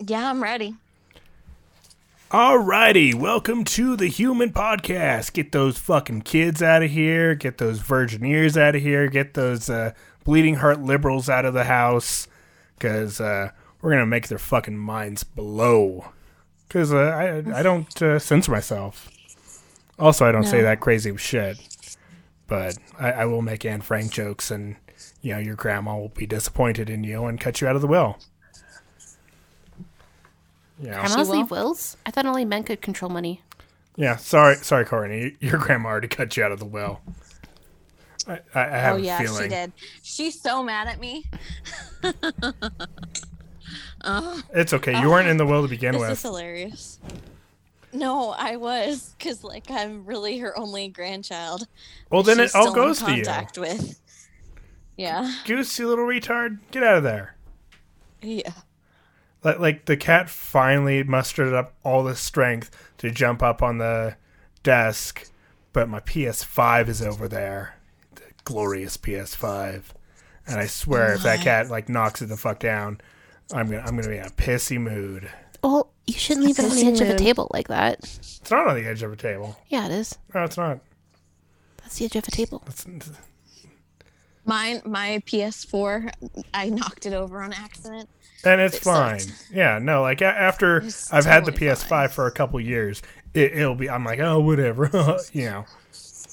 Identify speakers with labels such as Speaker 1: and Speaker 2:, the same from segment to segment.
Speaker 1: Yeah, I'm ready.
Speaker 2: Alrighty, welcome to the Human Podcast. Get those fucking kids out of here. Get those virgin ears out of here. Get those uh, bleeding heart liberals out of the house. Because uh, we're going to make their fucking minds blow. Because uh, I, I don't uh, censor myself. Also, I don't say that crazy shit. But I, I will make Anne Frank jokes, and, you know, your grandma will be disappointed in you and cut you out of the will. Yeah.
Speaker 3: Grandmas
Speaker 1: will?
Speaker 3: leave wills? I thought only men could control money.
Speaker 2: Yeah, sorry, sorry, Corinne. y- Your grandma already cut you out of the will. I, I, I have
Speaker 1: Oh yeah,
Speaker 2: a feeling.
Speaker 1: she did. She's so mad at me.
Speaker 2: It's okay. You weren't in the will to begin
Speaker 4: This is
Speaker 2: with.
Speaker 4: hilarious.
Speaker 1: No, I was because like I'm really her only grandchild.
Speaker 2: well, then
Speaker 1: She's
Speaker 2: it all
Speaker 1: still in
Speaker 2: goes to you.
Speaker 1: contact With. Yeah,
Speaker 2: Goose, you little retard, get out of there.
Speaker 1: yeah.
Speaker 2: Like, like the cat finally mustered up all the strength to jump up on the desk, but my PS5 is over there. The glorious PS5. And I swear, if that cat like knocks it the fuck down, I'm gonna I'm gonna be in a pissy mood.
Speaker 3: Well, you shouldn't leave it on the edge of a table like that.
Speaker 2: It's not on the edge of a table.
Speaker 3: Yeah, it is.
Speaker 2: No, it's not.
Speaker 3: That's the edge of a table.
Speaker 2: It's, it's-
Speaker 1: Mine, my PS4, I knocked it over on accident.
Speaker 2: and it's fine.
Speaker 1: sucked.
Speaker 2: Yeah, no, like a- after
Speaker 1: It's
Speaker 2: I've had the
Speaker 1: totally
Speaker 2: PS5 for a couple years, it, it'll be. I'm like, oh, whatever, you know.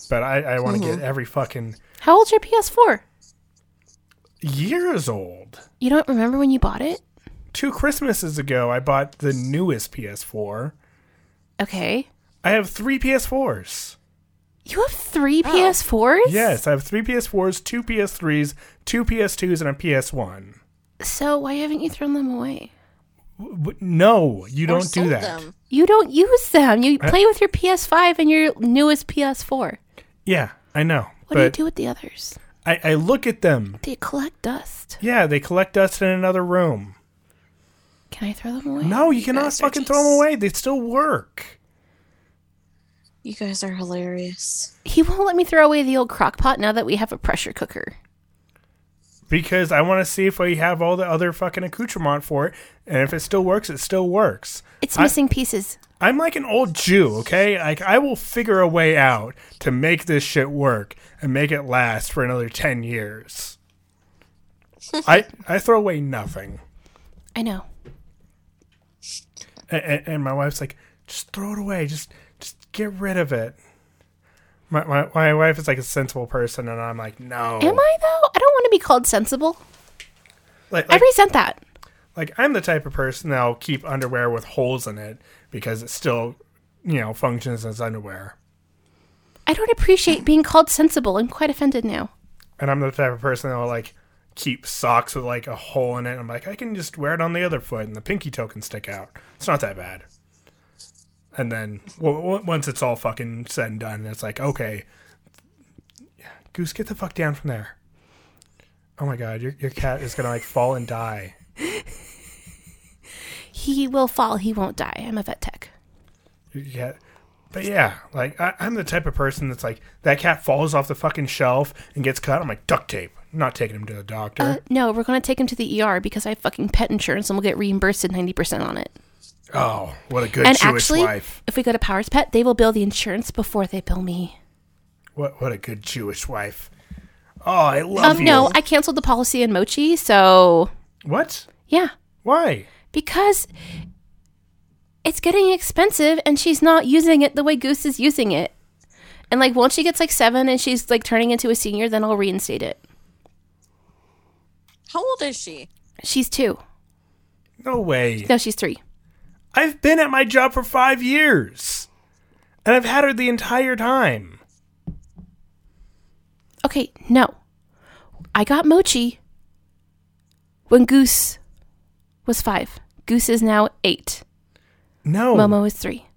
Speaker 2: But I, I want to get
Speaker 3: Mm-hmm.
Speaker 2: every fucking
Speaker 3: How old's your PS4?
Speaker 2: years old.
Speaker 3: You don't remember when you bought it?
Speaker 2: Two Christmases ago, I bought the newest PS4.
Speaker 3: Okay.
Speaker 2: I have three PS4s.
Speaker 3: You have three PS4s?
Speaker 2: Yes, I have three PS4s, two PS3s, two PS2s, and a PS1.
Speaker 3: So why haven't you thrown them away?
Speaker 2: W- w- No, you
Speaker 1: Or
Speaker 2: don't do
Speaker 1: sold
Speaker 2: that.
Speaker 1: them.
Speaker 3: You don't use them. You
Speaker 2: Uh,
Speaker 3: play with your PS5 and your newest PS4.
Speaker 2: Yeah, I know.
Speaker 3: What do you
Speaker 2: but
Speaker 3: do with the others?
Speaker 2: I, I look at them.
Speaker 3: They collect dust.
Speaker 2: Yeah, they collect dust in another room.
Speaker 3: Can I throw them away?
Speaker 2: No, you cannot
Speaker 1: guys are
Speaker 2: fucking throw them
Speaker 1: just-
Speaker 2: away. They still work.
Speaker 1: You guys are hilarious.
Speaker 3: He won't let me throw away the old crock pot now that we have a pressure cooker.
Speaker 2: Because I want to see if we have all the other fucking accoutrement for it. And if it still works, it still works.
Speaker 3: It's
Speaker 2: I-
Speaker 3: missing pieces.
Speaker 2: I'm like an old Jew, okay? Like, I will figure a way out to make this shit work and make it last for another 10 years. I, I throw away nothing.
Speaker 3: I know.
Speaker 2: and, and my wife's like, just throw it away, just just get rid of it. My my, my wife is like a sensible person, and I'm like, no.
Speaker 3: Am I though? I don't want to be called sensible.
Speaker 2: Like,
Speaker 3: I
Speaker 2: like,
Speaker 3: resent that.
Speaker 2: like, I'm the type of person that'll keep underwear with holes in it because it still, you know, functions as underwear.
Speaker 3: I don't appreciate being called sensible. I'm quite offended now.
Speaker 2: And I'm the type of person that'll like keep socks with like a hole in it. I'm like, I can just wear it on the other foot, and the pinky toe can stick out. It's not that bad. And then w- w- once it's all fucking said and done, it's like, okay, Goose, get the fuck down from there. Oh my god, your your cat is gonna like fall and die.
Speaker 3: He will fall. He won't die. I'm a vet tech.
Speaker 2: Your cat. But yeah, like I, I'm the type of person that's like that cat falls off the fucking shelf and gets cut. I'm like duct tape. I'm not taking him to the doctor.
Speaker 3: Uh, no, we're gonna take him to the ER because I have fucking pet insurance and we'll get reimbursed at ninety percent on it.
Speaker 2: oh, what a good
Speaker 3: and
Speaker 2: Jewish
Speaker 3: actually,
Speaker 2: wife.
Speaker 3: if we go to Powers Pet, they will bill the insurance before they bill me.
Speaker 2: What what a good Jewish wife. Oh, I love
Speaker 3: Um,
Speaker 2: you.
Speaker 3: no, I canceled the policy in Mochi, so
Speaker 2: what?
Speaker 3: yeah,
Speaker 2: Why?
Speaker 3: because it's getting expensive and she's not using it the way Goose is using it. And like once she gets like seven and she's like turning into a senior, then I'll reinstate it.
Speaker 1: How old is she?
Speaker 3: She's two.
Speaker 2: No way.
Speaker 3: No, she's three.
Speaker 2: I've been at my job for five years, and I've had her the entire time.
Speaker 3: Okay, no. I got Mochi when Goose was five. Goose is now eight.
Speaker 2: No,
Speaker 3: Momo is three.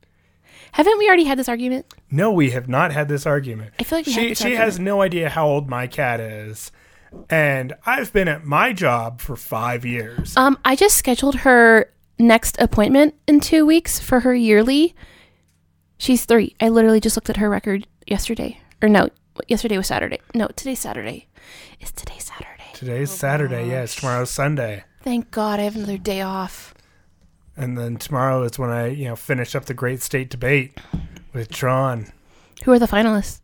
Speaker 3: Haven't we already had this argument?
Speaker 2: no, we have not had this argument.
Speaker 3: I feel like we
Speaker 2: she
Speaker 3: had this
Speaker 2: she has no idea how old my cat is, and I've been at my job for five years.
Speaker 3: Um, I just scheduled her next appointment in two weeks for her yearly. She's three. I literally just looked at her record yesterday. Or no, yesterday was Saturday. No, today's Saturday. Is today Saturday? Oh,
Speaker 2: Today's Saturday. Yes, tomorrow's Sunday.
Speaker 3: Thank God I have another day off.
Speaker 2: and then tomorrow is when I you know finish up the great state debate with Tron.
Speaker 3: Who are the finalists?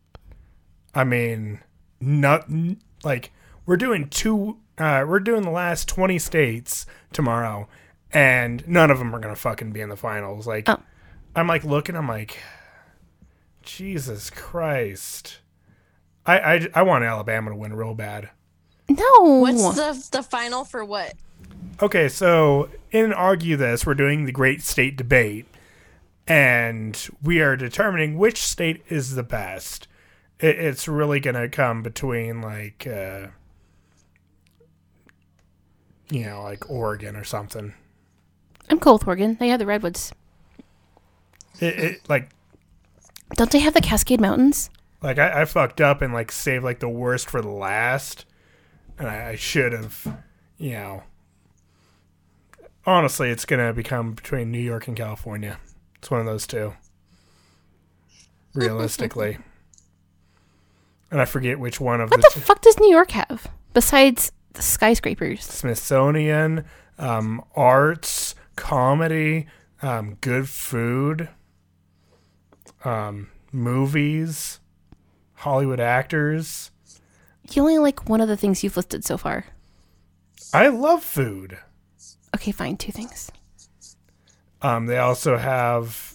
Speaker 2: I mean, not n- like we're doing two. Uh, we're doing the last twenty states tomorrow, and none of them are gonna fucking be in the finals. Like,
Speaker 3: Oh.
Speaker 2: I'm like looking. I'm like, Jesus Christ. I, I, I want Alabama to win real bad.
Speaker 3: No.
Speaker 1: What's the the final for what?
Speaker 2: Okay, so in Argue This, we're doing the Great State Debate, and we are determining which state is the best. It, it's really going to come between, like, uh, you know, like Oregon or something.
Speaker 3: I'm cool with Oregon. They have the redwoods.
Speaker 2: It, it like,
Speaker 3: Don't they have the Cascade Mountains?
Speaker 2: like I, I fucked up and like saved like the worst for the last, and I, I should have, you know. Honestly, it's gonna become between New York and California. It's one of those two. Realistically, and I forget which one of
Speaker 3: What
Speaker 2: the
Speaker 3: the fuck does New York have besides the skyscrapers?
Speaker 2: Smithsonian, um, arts, comedy, um, good food, um, movies, Hollywood actors.
Speaker 3: You only like one of the things you've listed so far.
Speaker 2: I love food.
Speaker 3: Okay, fine. Two things.
Speaker 2: Um, they also have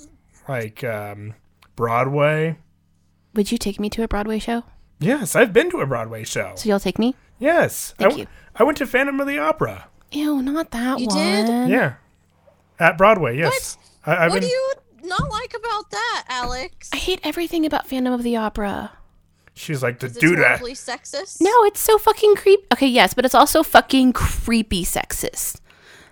Speaker 2: like um, Broadway.
Speaker 3: Would you take me to a Broadway show?
Speaker 2: Yes, I've been to a Broadway show.
Speaker 3: So you'll take me?
Speaker 2: Yes, I
Speaker 3: Thank
Speaker 2: w-
Speaker 3: you.
Speaker 2: I went to Phantom of the Opera.
Speaker 3: Ew, not that
Speaker 1: You
Speaker 3: one.
Speaker 1: did?
Speaker 2: Yeah, at Broadway. Yes, I, I've
Speaker 1: what
Speaker 2: been.
Speaker 1: do you not like about that, Alex?
Speaker 3: I hate everything about Phantom of the Opera.
Speaker 2: She's like the
Speaker 1: Is it
Speaker 2: dude. that-
Speaker 1: horribly sexist?
Speaker 3: No, it's so fucking creep. Okay, yes, but it's also fucking creepy sexist.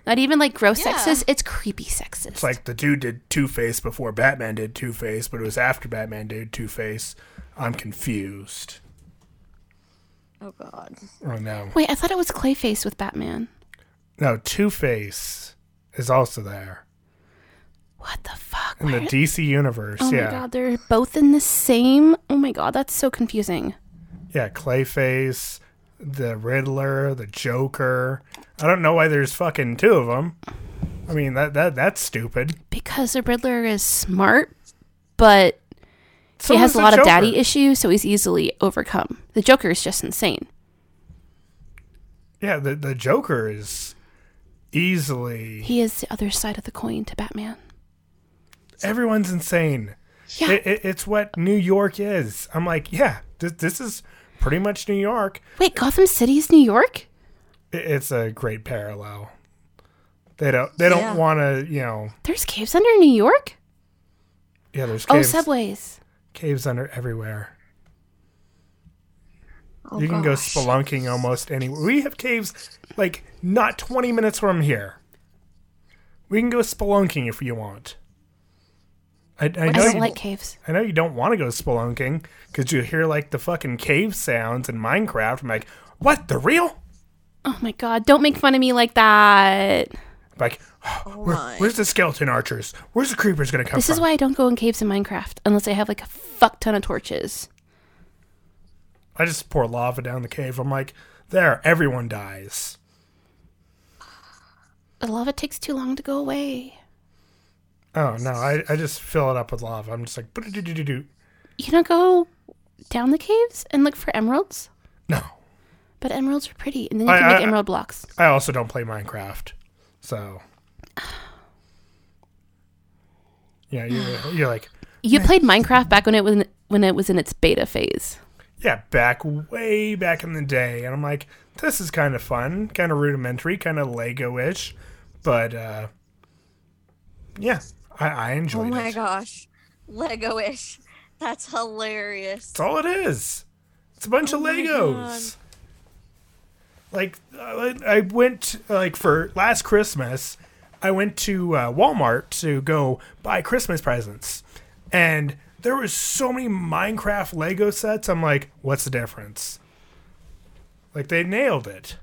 Speaker 3: Not even like gross
Speaker 1: Yeah.
Speaker 3: sexist. It's creepy sexist.
Speaker 2: It's like the dude did Two Face before Batman did Two Face, but it was after Batman did Two Face. I'm confused.
Speaker 1: Oh God.
Speaker 2: Oh no,
Speaker 3: Wait, I thought it was Clayface with Batman.
Speaker 2: no, Two Face is also there
Speaker 3: What the fuck?
Speaker 2: in the
Speaker 3: Why-
Speaker 2: DC universe.
Speaker 3: oh
Speaker 2: yeah,
Speaker 3: my god, they're both in the same. Oh my god, that's so confusing.
Speaker 2: Yeah, Clayface, the Riddler, the Joker. I don't know why there's fucking two of them. I mean that that that's stupid.
Speaker 3: Because the Riddler is smart, but
Speaker 2: So
Speaker 3: he has
Speaker 2: is
Speaker 3: a
Speaker 2: the
Speaker 3: lot of
Speaker 2: Joker.
Speaker 3: daddy issues, so he's easily overcome. The Joker is just insane.
Speaker 2: Yeah, the the Joker is easily
Speaker 3: He is the other side of the coin to Batman.
Speaker 2: everyone's insane.
Speaker 3: Yeah.
Speaker 2: It, it, it's what New York is. I'm like, yeah, this, this is pretty much New York.
Speaker 3: Wait, Gotham City is New York?
Speaker 2: It, it's a great parallel. They don't they don't
Speaker 1: Yeah.
Speaker 2: want to you know
Speaker 3: There's caves under New York?
Speaker 2: yeah there's
Speaker 3: Oh,
Speaker 2: caves
Speaker 3: subways.
Speaker 2: caves under everywhere.
Speaker 1: Oh,
Speaker 3: Oh,
Speaker 2: you can go
Speaker 1: gosh.
Speaker 2: spelunking almost anywhere. We have caves like not 20 minutes from here. We can go spelunking if you want. I, I
Speaker 3: I
Speaker 2: know.
Speaker 3: don't
Speaker 2: You,
Speaker 3: like caves.
Speaker 2: I know you don't want to go spelunking because you hear like the fucking cave sounds in Minecraft. I'm like, what the real?
Speaker 3: Oh my god, don't make fun of me like that.
Speaker 2: I'm like, where,
Speaker 1: my.
Speaker 2: where's the skeleton archers? Where's the creepers gonna come
Speaker 3: Oh This
Speaker 2: from?
Speaker 3: is why I don't go in caves in Minecraft unless I have like a fuck ton of torches.
Speaker 2: I just pour lava down the cave. I'm like, there, everyone dies.
Speaker 3: The lava takes too long to go away.
Speaker 2: Oh no, I, I just fill it up with lava. I'm just like, "Ba-da-da-da-da-do."
Speaker 3: You don't go down the caves and look for emeralds?
Speaker 2: no.
Speaker 3: But emeralds are pretty, and then you
Speaker 2: I-
Speaker 3: can
Speaker 2: I-
Speaker 3: make emerald blocks.
Speaker 2: I also don't play Minecraft, so yeah, you're, you're like
Speaker 3: You played Minecraft back when it was in, when it was in its beta phase.
Speaker 2: yeah, back way back in the day, and I'm like, this is kind of fun, kind of rudimentary, kind of Lego-ish, but uh, yeah, I, I
Speaker 1: Oh
Speaker 2: enjoyed
Speaker 1: my
Speaker 2: it.
Speaker 1: gosh. Lego-ish. That's hilarious.
Speaker 2: That's all it is. It's a bunch of
Speaker 1: my
Speaker 2: Legos. Like I I went like for last Christmas, I went to uh, Walmart to go buy Christmas presents, and there was so many Minecraft Lego sets. I'm like, what's the difference? Like they nailed it.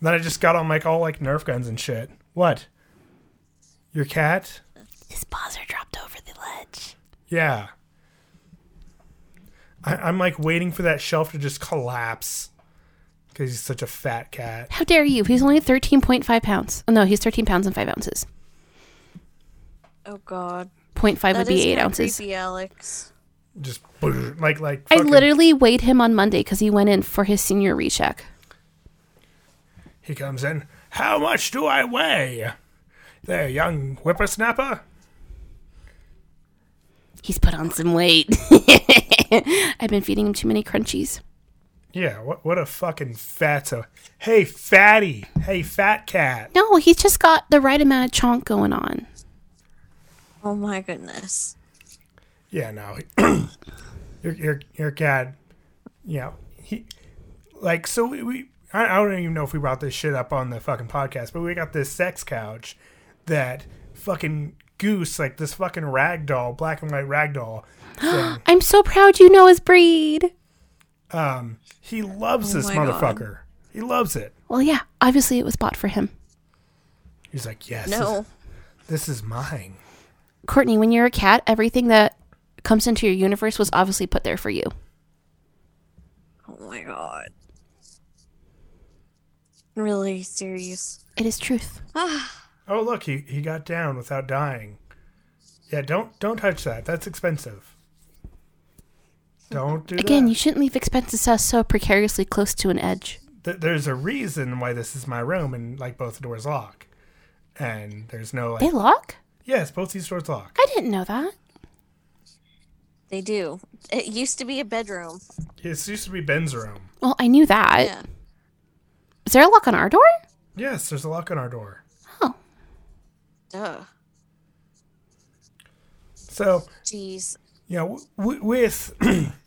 Speaker 2: And then I just got on like all like Nerf guns and shit. What? Your cat?
Speaker 3: His paws are dropped over the ledge.
Speaker 2: Yeah. I, I'm like waiting for that shelf to just collapse because he's such a fat cat.
Speaker 3: How dare you? He's only thirteen point five pounds. Oh no, he's thirteen pounds and five ounces.
Speaker 1: Oh God.
Speaker 3: 0.5 would
Speaker 1: That
Speaker 3: be
Speaker 1: is
Speaker 3: eight
Speaker 1: kinda
Speaker 3: ounces.
Speaker 1: Creepy, Alex.
Speaker 2: Just like like.
Speaker 3: I
Speaker 2: fucking-
Speaker 3: literally weighed him on Monday because he went in for his senior recheck.
Speaker 2: He comes in. How much do I weigh? There, young whippersnapper.
Speaker 3: He's put on some weight. I've been feeding him too many crunchies.
Speaker 2: Yeah, what what a fucking fatso. Hey, fatty. Hey, fat cat.
Speaker 3: No, he's just got the right amount of chonk going on.
Speaker 1: Oh my goodness.
Speaker 2: Yeah, no. your your your cat. You know he like so we. we I, I don't even know if we brought this shit up on the fucking podcast, but we got this sex couch that fucking goose like this fucking rag doll, black and white rag doll. thing.
Speaker 3: I'm so proud you know his breed.
Speaker 2: Um, he loves this
Speaker 1: Oh my God.
Speaker 2: motherfucker. He loves it.
Speaker 3: Well, yeah, obviously it was bought for him.
Speaker 2: He's like, yes,
Speaker 1: No.
Speaker 2: this, this is mine.
Speaker 3: Courtney, when you're a cat, everything that comes into your universe was obviously put there for you.
Speaker 1: Oh my God. Really serious.
Speaker 3: It is truth.
Speaker 2: Oh look, he, he got down without dying. Yeah, don't don't touch that. That's expensive. Don't do
Speaker 3: Again,
Speaker 2: that.
Speaker 3: you shouldn't leave expenses us so precariously close to an edge.
Speaker 2: Th- there's a reason why this is my room and like both the doors lock. And there's no like
Speaker 3: They lock?
Speaker 2: Yes, both these doors lock.
Speaker 3: I didn't know that.
Speaker 1: They do. It used to be a bedroom.
Speaker 2: This used to be Ben's room.
Speaker 3: Well, I knew that.
Speaker 1: Yeah.
Speaker 3: Is there a lock on our door?
Speaker 2: Yes, there's a lock on our door.
Speaker 3: Oh,
Speaker 1: Duh.
Speaker 2: So
Speaker 1: Jeez.
Speaker 2: you know, w- with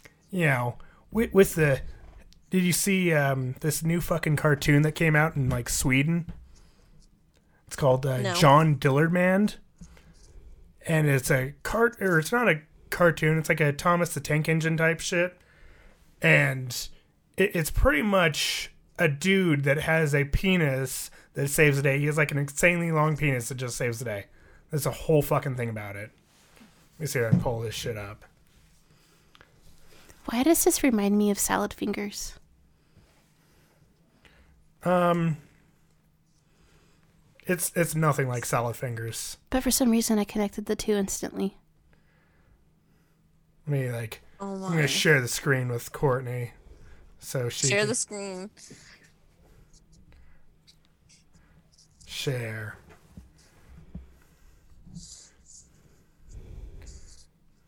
Speaker 2: you know, with, with the did you see um, this new fucking cartoon that came out in like Sweden? It's called uh,
Speaker 1: No.
Speaker 2: John Dillardmand, and it's a cart or it's not a cartoon. It's like a Thomas the Tank Engine type shit, and it, it's pretty much a dude that has a penis that saves the day. He has like an insanely long penis that just saves the day. There's a whole fucking thing about it. Let me see if I can pull this shit up.
Speaker 3: why does this remind me of salad fingers?
Speaker 2: It's it's nothing like salad fingers.
Speaker 3: But for some reason, I connected the two instantly.
Speaker 2: Let me like
Speaker 1: Oh
Speaker 2: I'm gonna
Speaker 1: my.
Speaker 2: share the screen with Courtney, so she
Speaker 1: Share
Speaker 2: can
Speaker 1: the screen.
Speaker 2: share.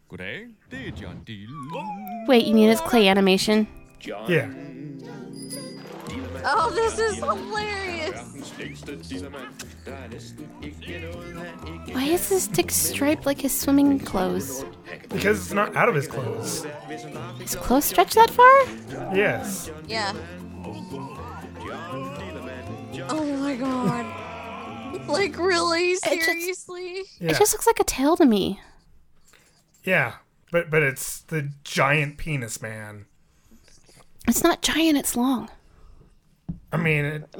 Speaker 4: Good day, dear John D.
Speaker 5: Oh,
Speaker 3: Wait, you mean it's clay animation?
Speaker 6: John
Speaker 2: Yeah,
Speaker 1: Oh, this is hilarious.
Speaker 6: steaks the Dynamite Dynasty. Ik ken al dat, ik
Speaker 3: Why is this dick striped like his swimming clothes?
Speaker 2: because it's not out of his clothes.
Speaker 3: His clothes stretch that far?
Speaker 2: Yes,
Speaker 1: Yeah. Oh my God. Like really
Speaker 3: just-
Speaker 1: seriously?
Speaker 2: yeah,
Speaker 3: It just looks like a tail to me.
Speaker 2: yeah. But but it's the giant penis man.
Speaker 3: It's not giant, it's long.
Speaker 2: I mean, it,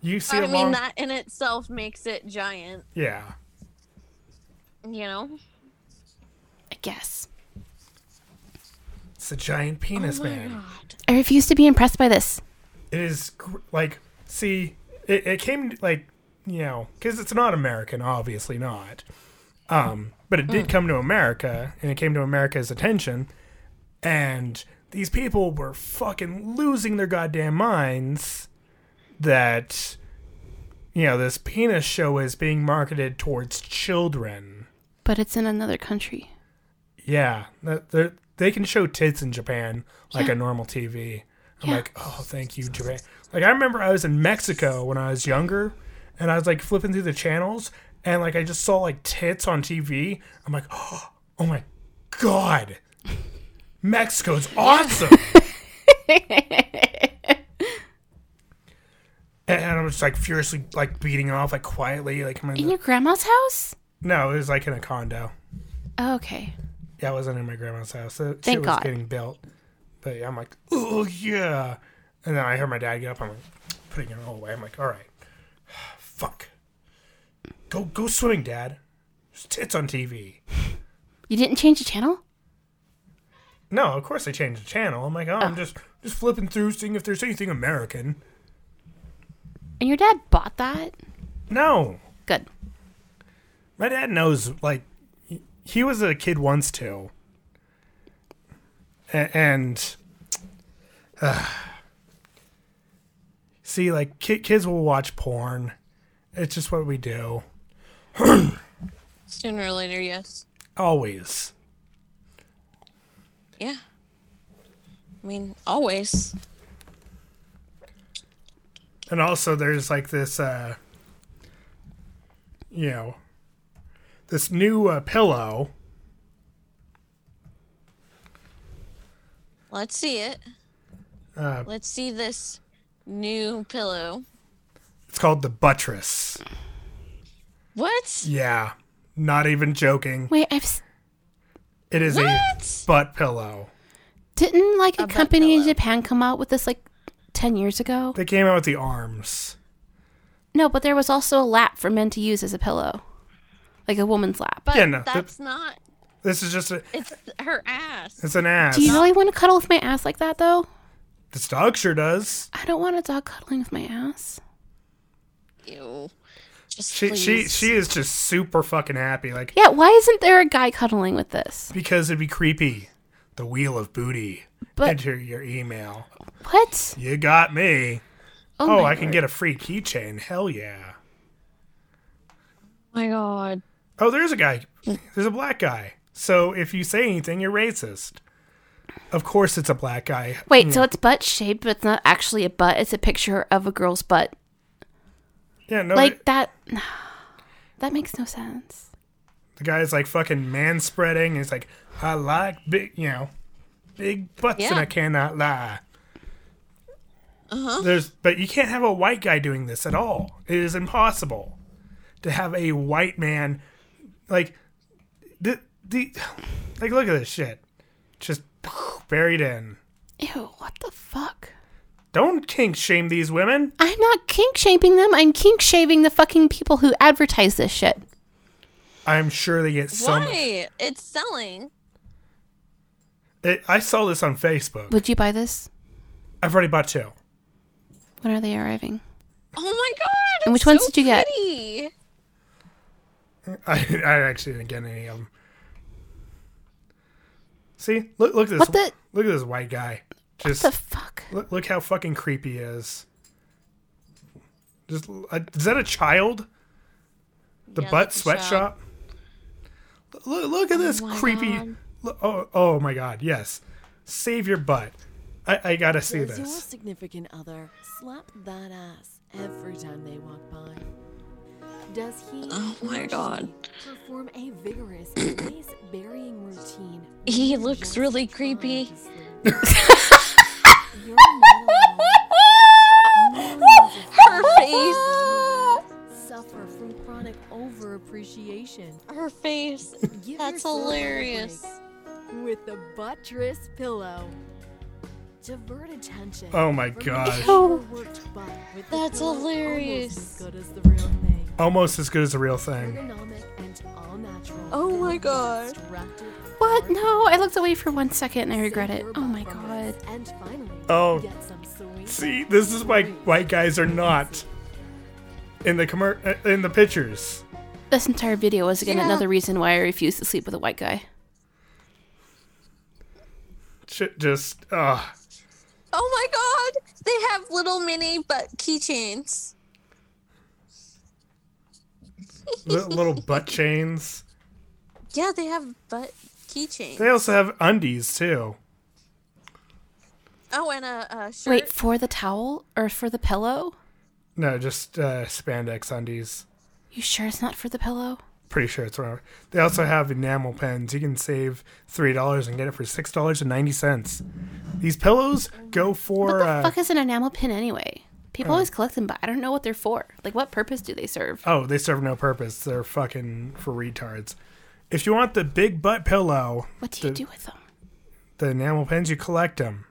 Speaker 2: you see
Speaker 1: I
Speaker 2: a
Speaker 1: mean,
Speaker 2: long
Speaker 1: that in itself makes it giant,
Speaker 2: yeah.
Speaker 1: you know?
Speaker 3: I guess.
Speaker 2: It's a giant
Speaker 1: Oh
Speaker 2: penis man.
Speaker 3: I refuse to be impressed by this.
Speaker 2: It is gr- like see it, it came like you know because it's not american obviously not um but it did come to america and it came to america's attention and these people were fucking losing their goddamn minds that you know this penis show is being marketed towards children
Speaker 3: But it's in another country.
Speaker 2: yeah that- they're- they can show tits in japan like
Speaker 3: Yeah.
Speaker 2: a normal tv i'm
Speaker 3: Yeah.
Speaker 2: like oh thank you japan like i remember i was in mexico when i was younger and i was like flipping through the channels and like i just saw like tits on tv i'm like oh, oh my god mexico's awesome and and i was like furiously like beating off like quietly like I'm in
Speaker 3: In
Speaker 2: the-
Speaker 3: your grandma's house?
Speaker 2: no it was like in a condo
Speaker 3: Oh, okay.
Speaker 2: Yeah, I wasn't in my grandma's house. So shit
Speaker 3: Thank
Speaker 2: was
Speaker 3: God.
Speaker 2: getting built. But I'm like, oh yeah. And then I heard my dad get up. I'm like, putting it all away. I'm like, all right, fuck. Go go swimming, Dad. There's tits on TV.
Speaker 3: You didn't change the channel?
Speaker 2: No, of course they changed the channel. I'm like, oh, I'm just just flipping through, seeing if there's anything American.
Speaker 3: And your dad bought that?
Speaker 2: No,
Speaker 3: Good.
Speaker 2: My dad knows, like, he- he was a kid once too. A- And, see, like, ki- kids will watch porn. It's just what we do.
Speaker 1: Sooner or later, yes.
Speaker 2: Always.
Speaker 1: Yeah. I mean, always.
Speaker 2: And also, there's like this, uh, you know, this new uh, pillow.
Speaker 1: Let's see it.
Speaker 2: Uh,
Speaker 1: Let's see this new pillow.
Speaker 2: It's called the buttress.
Speaker 1: What?
Speaker 2: Yeah, not even joking.
Speaker 3: Wait, I've s-
Speaker 2: It is
Speaker 1: What?
Speaker 2: a butt pillow.
Speaker 3: didn't like a,
Speaker 1: butt
Speaker 3: company in
Speaker 1: pillow.
Speaker 3: Japan come out with this like ten years ago.
Speaker 2: They came out with the arms.
Speaker 3: No, but there was also a lap for men to use as a pillow, like a woman's lap.
Speaker 1: But
Speaker 2: Yeah, no, that-
Speaker 1: that's not.
Speaker 2: This is just a,
Speaker 1: It's her ass.
Speaker 2: it's an ass.
Speaker 3: Do you really want to cuddle with my ass like that though?
Speaker 2: This dog sure does.
Speaker 3: I don't want a dog cuddling with my ass.
Speaker 1: Ew. Just
Speaker 2: She she
Speaker 1: please.
Speaker 2: she is just super fucking happy. Like
Speaker 3: Yeah, why isn't there a guy cuddling with this?
Speaker 2: because it'd be creepy. The wheel of booty.
Speaker 3: But-
Speaker 2: Enter your email.
Speaker 3: What?
Speaker 2: You got me. Oh,
Speaker 3: my
Speaker 2: I can
Speaker 3: word.
Speaker 2: get a free keychain. Hell yeah.
Speaker 1: Oh my god.
Speaker 2: Oh, there's a guy. There's a black guy. So if you say anything, you're racist. Of course, it's a black guy.
Speaker 3: Wait, so it's butt shaped, but it's not actually a butt. It's a picture of a girl's butt.
Speaker 2: Yeah, no.
Speaker 3: like that. That makes no sense.
Speaker 2: The guy's like fucking man spreading. He's like, I like big, you know, big butts, and
Speaker 1: Yeah.
Speaker 2: I cannot lie. Uh-huh. There's, but you can't have a white guy doing this at all. It is impossible to have a white man like the the like. Look at this shit, just buried in.
Speaker 3: Ew, what the fuck?
Speaker 2: Don't kink shame these women.
Speaker 3: I'm not kink shaping them. I'm kink shaving the fucking people who advertise this shit.
Speaker 2: I'm sure they get so. Much.
Speaker 1: Why? It's selling.
Speaker 2: It, I saw this on Facebook.
Speaker 3: Would you buy this?
Speaker 2: I've already bought two.
Speaker 3: When are they arriving?
Speaker 1: Oh my god.
Speaker 3: And
Speaker 1: it's
Speaker 3: which ones
Speaker 1: so
Speaker 3: did you get?
Speaker 1: pretty.
Speaker 2: I, I actually didn't get any of them. See, look, look at this.
Speaker 3: What the-
Speaker 2: Look at this white guy. Just
Speaker 3: The fuck?
Speaker 2: look, look how fucking creepy he is. Just uh, is that a child? The
Speaker 1: Yeah,
Speaker 2: butt
Speaker 1: that's a child. Oh
Speaker 2: sweatshop. Look, look at this creepy. Lo- Oh, oh my god! Yes, save your butt. I, I gotta see
Speaker 7: Does your
Speaker 2: this.
Speaker 7: significant other slap that ass every time they walk by? Does he
Speaker 1: Oh my
Speaker 7: or
Speaker 1: God.
Speaker 7: she perform a vigorous face burying routine?
Speaker 1: He
Speaker 7: when
Speaker 1: looks
Speaker 7: just
Speaker 1: really
Speaker 7: trying to
Speaker 1: creepy.
Speaker 7: sleep? You're not alone. Millions of
Speaker 1: Her
Speaker 7: people
Speaker 1: face.
Speaker 7: suffer from chronic overappreciation.
Speaker 1: Her face.
Speaker 7: Give
Speaker 1: That's
Speaker 7: yourself a break
Speaker 1: hilarious.
Speaker 7: With the buttress pillow. Divert attention.
Speaker 2: Oh my
Speaker 7: from
Speaker 2: gosh.
Speaker 7: the
Speaker 3: Oh,
Speaker 7: overworked butt with the
Speaker 1: That's
Speaker 7: pillow almost
Speaker 1: hilarious.
Speaker 7: As good as the real thing.
Speaker 2: Almost as good as the real thing.
Speaker 7: Ergonomic and all natural.
Speaker 1: Oh my
Speaker 7: and
Speaker 1: God.
Speaker 7: constructed
Speaker 3: What?
Speaker 7: for
Speaker 3: No, I looked away for one second and I
Speaker 7: save
Speaker 3: regret it.
Speaker 7: your
Speaker 3: Oh
Speaker 7: butt
Speaker 3: my
Speaker 7: from
Speaker 3: god.
Speaker 7: this. And finally,
Speaker 2: Oh.
Speaker 7: get some sweet
Speaker 2: See, this is why
Speaker 7: relief.
Speaker 2: white guys are not in the commer- uh, in the pictures.
Speaker 3: This entire video was again
Speaker 1: Yeah.
Speaker 3: another reason why I refuse to sleep with a white guy.
Speaker 2: Ch- just uh
Speaker 1: Oh my god. They have little mini butt keychains.
Speaker 2: li- little butt chains.
Speaker 1: Yeah, they have butt keychains.
Speaker 2: They also have undies too.
Speaker 1: Oh, and a, a shirt.
Speaker 3: Wait, for the towel or for the pillow?
Speaker 2: No, just uh, spandex undies.
Speaker 3: You sure it's not for the pillow?
Speaker 2: Pretty sure it's wrong. They also have enamel pens. You can save three dollars and get it for six dollars and ninety cents. These pillows go
Speaker 3: What
Speaker 2: for
Speaker 3: the
Speaker 2: uh,
Speaker 3: fuck is an enamel pin anyway? People always collect them, but I don't know what they're for. Like, what purpose do they serve?
Speaker 2: oh, they serve no purpose. They're fucking for retards. If you want the big butt pillow,
Speaker 3: What do you
Speaker 2: the-
Speaker 3: do with them?
Speaker 2: the enamel pens, you collect them.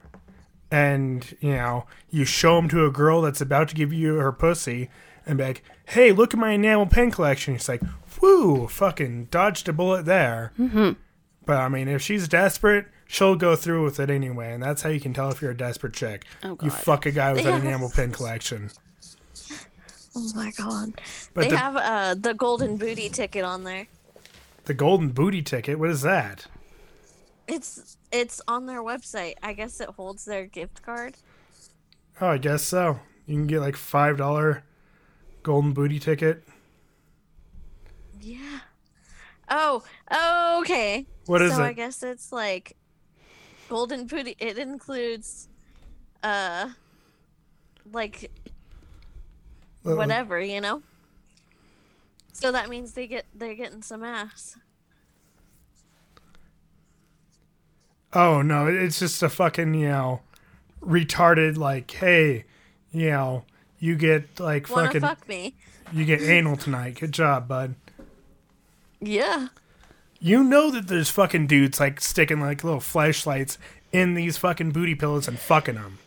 Speaker 2: And, you know, you show them to a girl that's about to give you her pussy and be like, hey, look at my enamel pen collection. It's like, whoo, fucking dodged a bullet there. Mm-hmm. But, I mean, if she's desperate, she'll go through with it anyway. And that's how you can tell if you're a desperate chick.
Speaker 3: Oh,
Speaker 2: You
Speaker 3: God.
Speaker 2: fuck a guy with an enamel pen collection.
Speaker 1: Oh my god.
Speaker 2: But
Speaker 1: they
Speaker 2: the-
Speaker 1: have uh, the golden booty ticket on there.
Speaker 2: The golden booty ticket. What is that?
Speaker 1: It's it's on their website. I guess it holds their gift card.
Speaker 2: Oh, I guess so. You can get like five dollar golden booty ticket.
Speaker 1: Yeah. Oh, oh okay.
Speaker 2: What is
Speaker 1: so I
Speaker 2: it?
Speaker 1: guess it's like golden booty. It includes, uh, like
Speaker 2: Uh,
Speaker 1: whatever you know. So that means they get they're getting some ass.
Speaker 2: Oh no, it- it's just a fucking you know retarded like hey, you know you get like
Speaker 1: Wanna
Speaker 2: fucking
Speaker 1: fuck me?
Speaker 2: you get anal tonight. Good job, bud.
Speaker 1: Yeah.
Speaker 2: You know that there's fucking dudes like sticking like little flashlights in these fucking booty pillows and fucking them.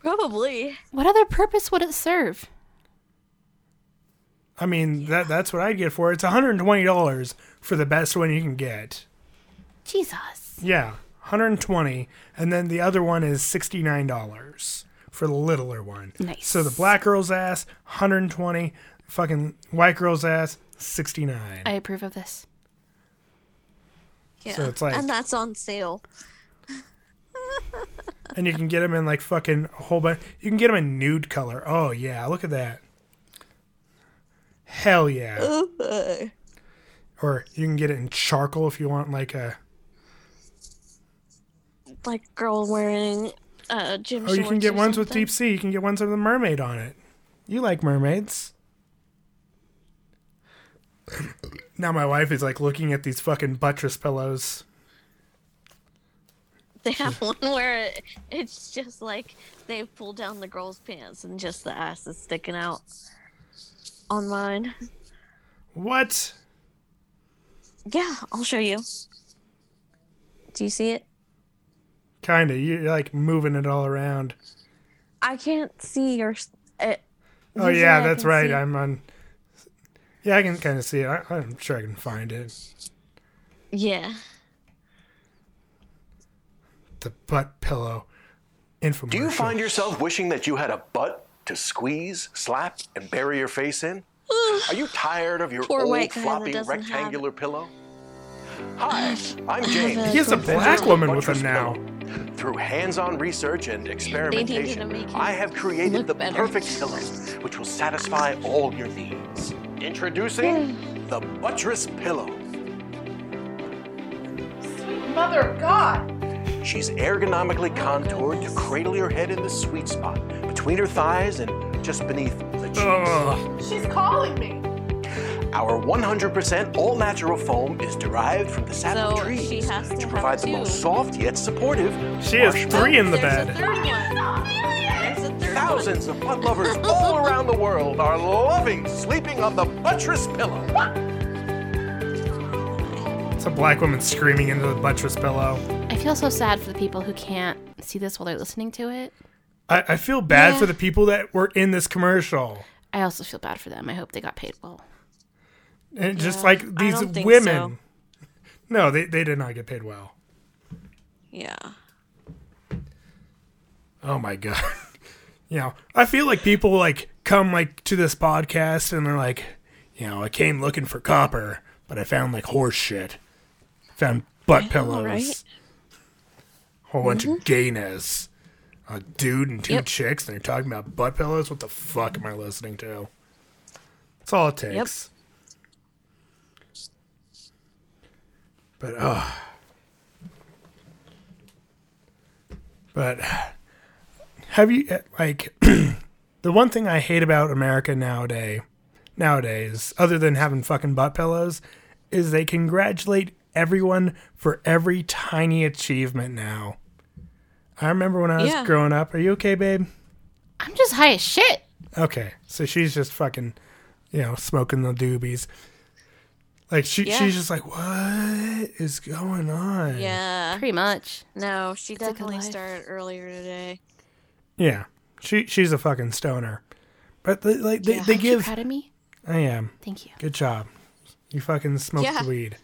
Speaker 1: Probably.
Speaker 3: What other purpose would it serve?
Speaker 2: I mean that that's what I'd get for it. It's 120 dollars for the best one you can get.
Speaker 3: Jesus.
Speaker 2: Yeah, 120, and then the other one is 69 dollars for the littler one.
Speaker 3: Nice.
Speaker 2: So the black girl's ass 120, fucking white girl's ass 69.
Speaker 3: I approve of this.
Speaker 1: Yeah.
Speaker 2: it's like-
Speaker 1: and that's on sale.
Speaker 2: and you can get them in like fucking a whole bunch. You can get them in nude color. Oh yeah, look at that. Hell yeah. Or you can get it in charcoal if you want like a
Speaker 1: like girl wearing uh gym
Speaker 2: Oh, you can get ones with deep sea. You can get ones with a mermaid on it. You like mermaids. now my wife is like looking at these fucking buttress pillows.
Speaker 1: They have one where it, it's just like they pull down the girl's pants and just the ass is sticking out. On mine,
Speaker 2: What?
Speaker 1: yeah, I'll show you. Do you see it?
Speaker 2: Kinda. You're like moving it all around.
Speaker 1: I can't see your. s- It,
Speaker 2: Oh
Speaker 1: Usually
Speaker 2: yeah,
Speaker 1: I
Speaker 2: that's
Speaker 1: can
Speaker 2: right.
Speaker 1: see-
Speaker 2: I'm on. Yeah, I can kind of see it. I, I'm sure I can find it.
Speaker 1: yeah,
Speaker 2: The butt pillow. Infomercial.
Speaker 5: Do you find yourself wishing that you had a butt to squeeze, slap, and bury your face in? Are you tired of your
Speaker 1: Poor
Speaker 5: old
Speaker 1: white guy that
Speaker 5: floppy
Speaker 1: doesn't have it.
Speaker 5: rectangular pillow? Hi, I'm James.
Speaker 2: He has a black woman with him
Speaker 5: Buttress
Speaker 2: now.
Speaker 5: Pillow. Through hands-on research and experimentation,
Speaker 1: make him
Speaker 5: I have created
Speaker 1: look
Speaker 5: the
Speaker 1: better.
Speaker 5: perfect pillow, which will satisfy all your needs. Introducing
Speaker 1: Mm.
Speaker 5: the buttress pillow.
Speaker 8: Mother of God!
Speaker 5: She's ergonomically contoured to cradle your head in the sweet spot between her thighs and just beneath the cheeks.
Speaker 2: Ugh.
Speaker 8: She's calling me!
Speaker 5: Our 100% all natural foam is derived from the sap of
Speaker 1: So
Speaker 5: trees,
Speaker 1: she has to
Speaker 5: which
Speaker 1: have
Speaker 5: provides the
Speaker 1: two.
Speaker 5: most soft yet supportive.
Speaker 2: She has
Speaker 5: marshmallow.
Speaker 2: three in the
Speaker 1: There's a
Speaker 2: bed.
Speaker 1: third one. There's a third one.
Speaker 5: Thousands of butt lovers all around the world are loving sleeping on the buttress pillow.
Speaker 2: It's a black woman screaming into the buttress pillow.
Speaker 3: I feel so sad for the people who can't see this while they're listening to it.
Speaker 2: I, I feel bad
Speaker 1: Yeah.
Speaker 2: for the people that were in this commercial.
Speaker 3: I also feel bad for them. I hope they got paid well.
Speaker 2: And just
Speaker 1: Yeah, I
Speaker 2: like these
Speaker 1: don't think
Speaker 2: women. No, they, they did not get paid well.
Speaker 1: Yeah,
Speaker 2: Oh my god. you know, I feel like people like come like to this podcast and they're like, you know, I came looking for copper, but I found like horse shit. Found butt pillows.
Speaker 1: right? Mm-hmm.
Speaker 2: Whole bunch of gayness. A dude and two
Speaker 1: Yep.
Speaker 2: chicks and they're talking about butt pillows. What the fuck am I listening to? That's all it takes. But uh But have you eh, like the one thing I hate about America nowadays nowadays, other than having fucking butt pillows, is they congratulate everyone for every tiny achievement now. I remember when I was
Speaker 1: Yeah.
Speaker 2: growing up. Are you okay, babe?
Speaker 3: I'm just high as shit.
Speaker 2: Okay. So she's just fucking, you know, smoking the doobies. Like she,
Speaker 1: Yeah.
Speaker 2: she's just like, what is going on?
Speaker 1: yeah.
Speaker 3: Pretty much.
Speaker 1: No, she
Speaker 3: like a
Speaker 1: definitely
Speaker 3: life.
Speaker 1: started earlier today.
Speaker 2: Uh, Yeah. She, she's a fucking stoner. But they, like they,
Speaker 1: Yeah.
Speaker 2: they
Speaker 3: Aren't you
Speaker 2: give.
Speaker 3: proud of me?
Speaker 2: I am.
Speaker 3: Thank you.
Speaker 2: Good job. You fucking smoked
Speaker 1: Yeah.
Speaker 2: the weed.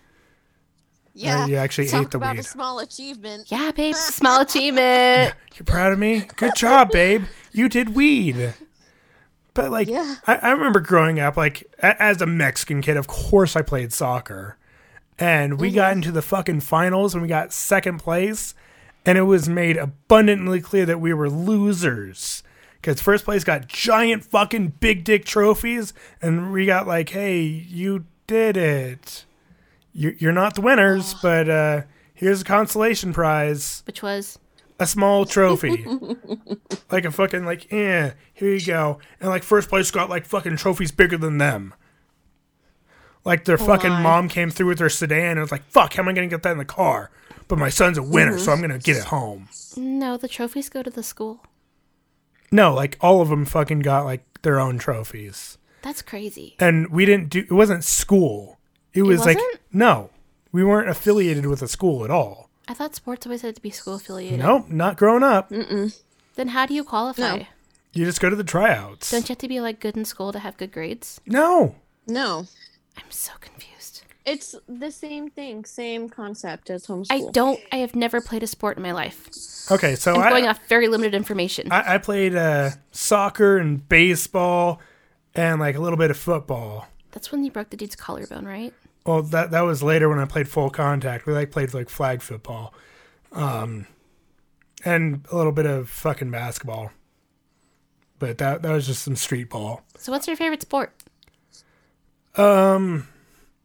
Speaker 1: Yeah,
Speaker 2: you actually
Speaker 1: talk
Speaker 2: ate the
Speaker 1: about
Speaker 2: weed.
Speaker 1: a small achievement.
Speaker 3: Yeah, babe. Small achievement.
Speaker 2: You're proud of me? Good job, babe. You did weed. But like,
Speaker 1: Yeah.
Speaker 2: I, I remember growing up, like a- as a Mexican kid, of course I played soccer, and we got into the fucking finals and we got second place, and it was made abundantly clear that we were losers because first place got giant fucking big dick trophies, and we got like, hey, you did it, you, you're not the winners, but uh, here's a consolation prize
Speaker 3: Which was
Speaker 2: a small trophy. like a fucking like, eh, here you go. And like first place got like fucking trophies bigger than them. Like their fucking mom came through with her sedan and was like, fuck, how am I gonna get that in the car? But my son's a winner, so I'm gonna get it home.
Speaker 3: no, the trophies go to the school.
Speaker 2: No, like all of them fucking got like their own trophies.
Speaker 3: That's crazy.
Speaker 2: And we didn't do it wasn't school. It was like
Speaker 3: wasn't?
Speaker 2: no. We weren't affiliated with a school at all.
Speaker 3: I thought sports always had to be school affiliated.
Speaker 2: Nope, not growing up.
Speaker 3: Mm. Then how do you qualify?
Speaker 1: No.
Speaker 2: You just go to the tryouts.
Speaker 3: Don't you have to be like good in school to have good grades?
Speaker 2: no.
Speaker 1: No,
Speaker 3: I'm so confused.
Speaker 1: it's the same thing, same concept as homeschool.
Speaker 3: I don't. I have never played a sport in my life.
Speaker 2: Okay, so
Speaker 3: I'm
Speaker 2: I,
Speaker 3: going off very limited information.
Speaker 2: I, I played uh, soccer and baseball and like a little bit of football.
Speaker 3: That's when you broke the dude's collarbone, right?
Speaker 2: Well, that that was later when I played full contact. We like played like flag football, um, and a little bit of fucking basketball. But that that was just some street ball.
Speaker 3: So what's your favorite sport?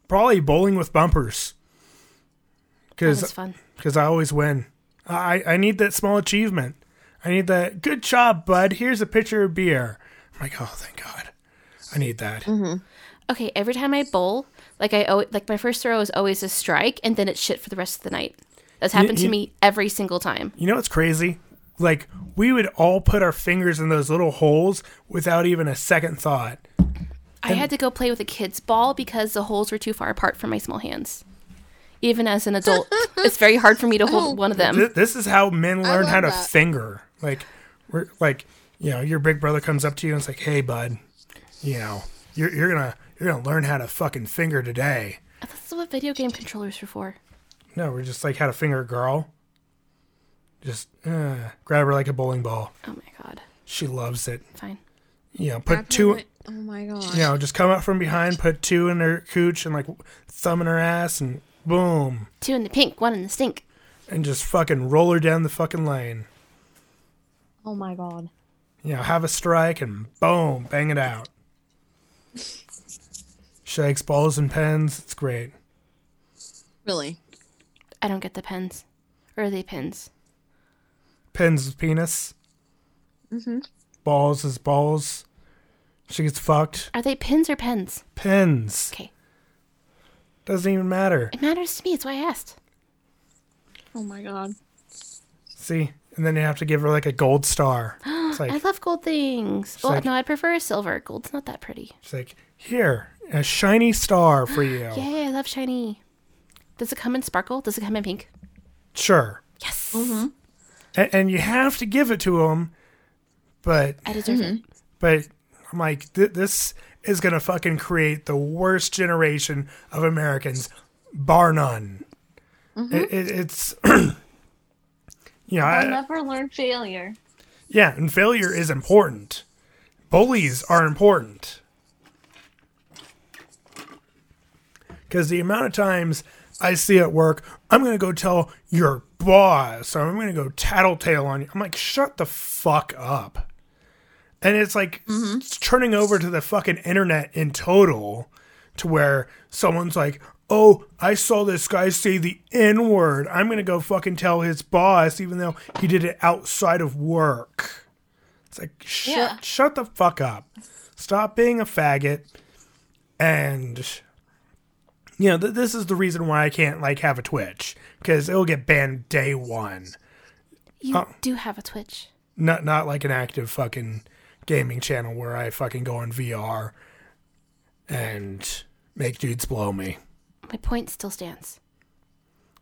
Speaker 2: Probably bowling with bumpers. Because
Speaker 3: That's fun.
Speaker 2: because I always win. I, I need that small achievement. I need that. Good job, bud. Here's a pitcher of beer. I'm like, oh, thank God. I need that.
Speaker 3: Okay, every time I bowl, like I always, like my first throw is always a strike, and then it's shit for the rest of the night. That's happened
Speaker 2: you-
Speaker 3: to me every single time.
Speaker 2: You know what's crazy? Like we would all put our fingers in those little holes without even a second thought.
Speaker 3: I had to go play with a kid's ball because the holes were too far apart for my small hands. Even as an adult, it's very hard for me to hold one of them.
Speaker 2: Th- This is how men learn how to
Speaker 1: love that.
Speaker 2: finger. Like we're like, you know, your big brother comes up to you and it's like, "Hey, bud, you know, you're you're gonna you're gonna learn how to fucking finger today."
Speaker 3: That's what video game controllers are for.
Speaker 2: No, we're just like how to finger a girl. Just uh, grab her like a bowling ball.
Speaker 3: Oh my god.
Speaker 2: She loves it.
Speaker 3: Fine.
Speaker 2: You know, put two.
Speaker 1: Oh my god.
Speaker 2: you know, just come up from behind, put two in her cooch and like thumb in her ass and boom.
Speaker 3: Two in the pink, one in the stink.
Speaker 2: And just fucking roll her down the fucking lane.
Speaker 1: Oh my god.
Speaker 2: You know, have a strike and boom, bang it out. Shakes balls and pens. It's great.
Speaker 1: Really?
Speaker 3: I don't get the pens. Or are they pins?
Speaker 2: Pins is penis.
Speaker 1: Mm-hmm.
Speaker 2: Balls is balls. She gets fucked.
Speaker 3: Are they pins or pens?
Speaker 2: Pins.
Speaker 3: Okay.
Speaker 2: Doesn't even matter.
Speaker 3: It matters to me. It's why I asked.
Speaker 1: Oh my god.
Speaker 2: See? And then you have to give her like a gold star. It's like,
Speaker 3: I love gold things. Well,
Speaker 2: like-
Speaker 3: no, I'd prefer silver. Gold's not that pretty.
Speaker 2: it's like here, a shiny star for you.
Speaker 3: Yay, I love shiny. Does it come in sparkle? Does it come in pink?
Speaker 2: Sure.
Speaker 3: Yes.
Speaker 2: and, and you have to give it to him. But
Speaker 3: I deserve it.
Speaker 2: but I'm like, th- this is gonna fucking create the worst generation of Americans, bar none. It, it, it's you know,
Speaker 8: I'll
Speaker 2: I,
Speaker 8: never learn failure.
Speaker 2: yeah, and failure is important. Bullies are important because the amount of times I see at work, I'm gonna go tell your boss, or I'm gonna go tattletale on you. I'm like, shut the fuck up. And it's like it's turning over to the fucking internet in total to where someone's like, oh, I saw this guy say the N word. I'm going to go fucking tell his boss, even though he did it outside of work. It's like, shut,
Speaker 1: Yeah.
Speaker 2: shut the fuck up. Stop being a faggot. And, you know, th- this is the reason why I can't, like, have a Twitch because it'll get banned day one
Speaker 3: You
Speaker 2: Oh.
Speaker 3: do have a twitch.
Speaker 2: not not like an active fucking gaming channel where I fucking go on VR and make dudes blow me.
Speaker 3: My point still stands.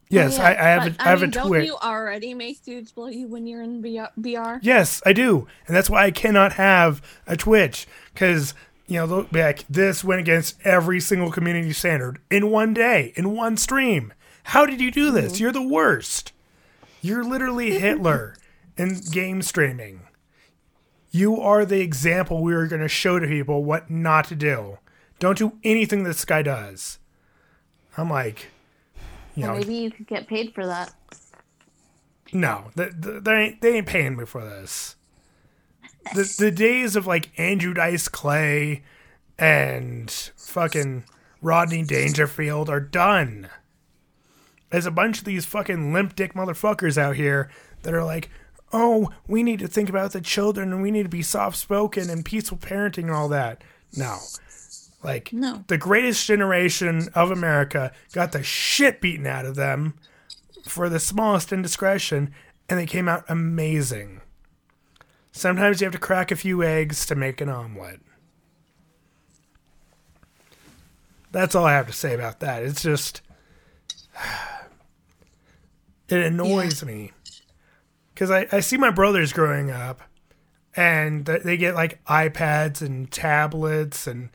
Speaker 2: Yes, I, I have a, I have
Speaker 1: mean,
Speaker 2: a
Speaker 1: don't
Speaker 2: Twitch.
Speaker 1: you already make dudes blow you when you're in BR?
Speaker 2: Yes, I do, and that's why I cannot have a Twitch because you know look back this went against every single community standard in one day in one stream. How did you
Speaker 1: Mm-hmm.
Speaker 2: do this? You're the worst. You're literally Hitler in game streaming. You are the example we are going to show to people what not to do. Don't do anything this guy does. I'm like, you know,
Speaker 1: Maybe you could get paid for that.
Speaker 2: no, th- th- they ain't they ain't paying me for this. The the days of like Andrew Dice Clay and fucking Rodney Dangerfield are done. There's a bunch of these fucking limp dick motherfuckers out here that are like, oh, we need to think about the children and we need to be soft spoken and peaceful parenting and all that. No. Like
Speaker 9: No.
Speaker 2: the greatest generation of America got the shit beaten out of them for the smallest indiscretion, and they came out amazing. Sometimes you have to crack a few eggs to make an omelet. That's all I have to say about that. It's just. It annoys me. Because I, I see my brothers growing up, and th- they get like iPads and tablets and,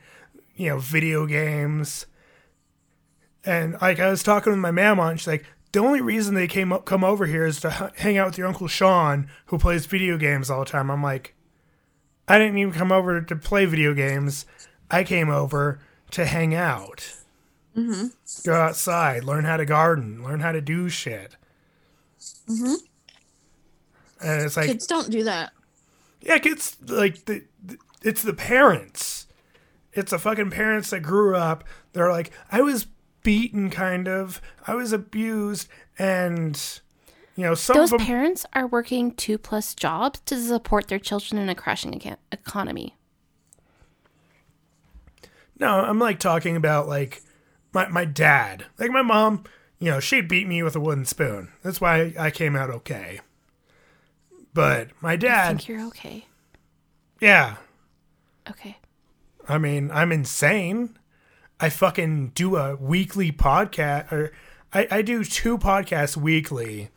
Speaker 2: you know, video games and like I was talking with my mama, and she's like, the only reason they came up, come over here is to h- hang out with your uncle Sean, who plays video games all the time. I'm like, I didn't even come over to play video games. I came over to hang out, mm-hmm. go outside, learn how to garden, learn how to do shit. Mm-hmm. And it's like
Speaker 9: Kids don't do that.
Speaker 2: yeah, it's like the, the- it's the parents. It's the fucking parents that grew up. They're like, I was beaten, kind of. I was abused, and you know, some
Speaker 3: Those
Speaker 2: of them.
Speaker 3: parents are working two plus jobs to support their children in a crashing econ- economy.
Speaker 2: no, I'm like talking about like my my dad. Like my mom, you know, she beat me with a wooden spoon. That's why I came out okay. But my
Speaker 3: I
Speaker 2: dad,
Speaker 3: think you're okay.
Speaker 2: yeah,
Speaker 3: Okay.
Speaker 2: I mean, I'm insane. I fucking do a weekly podcast, or I, I do two podcasts weekly,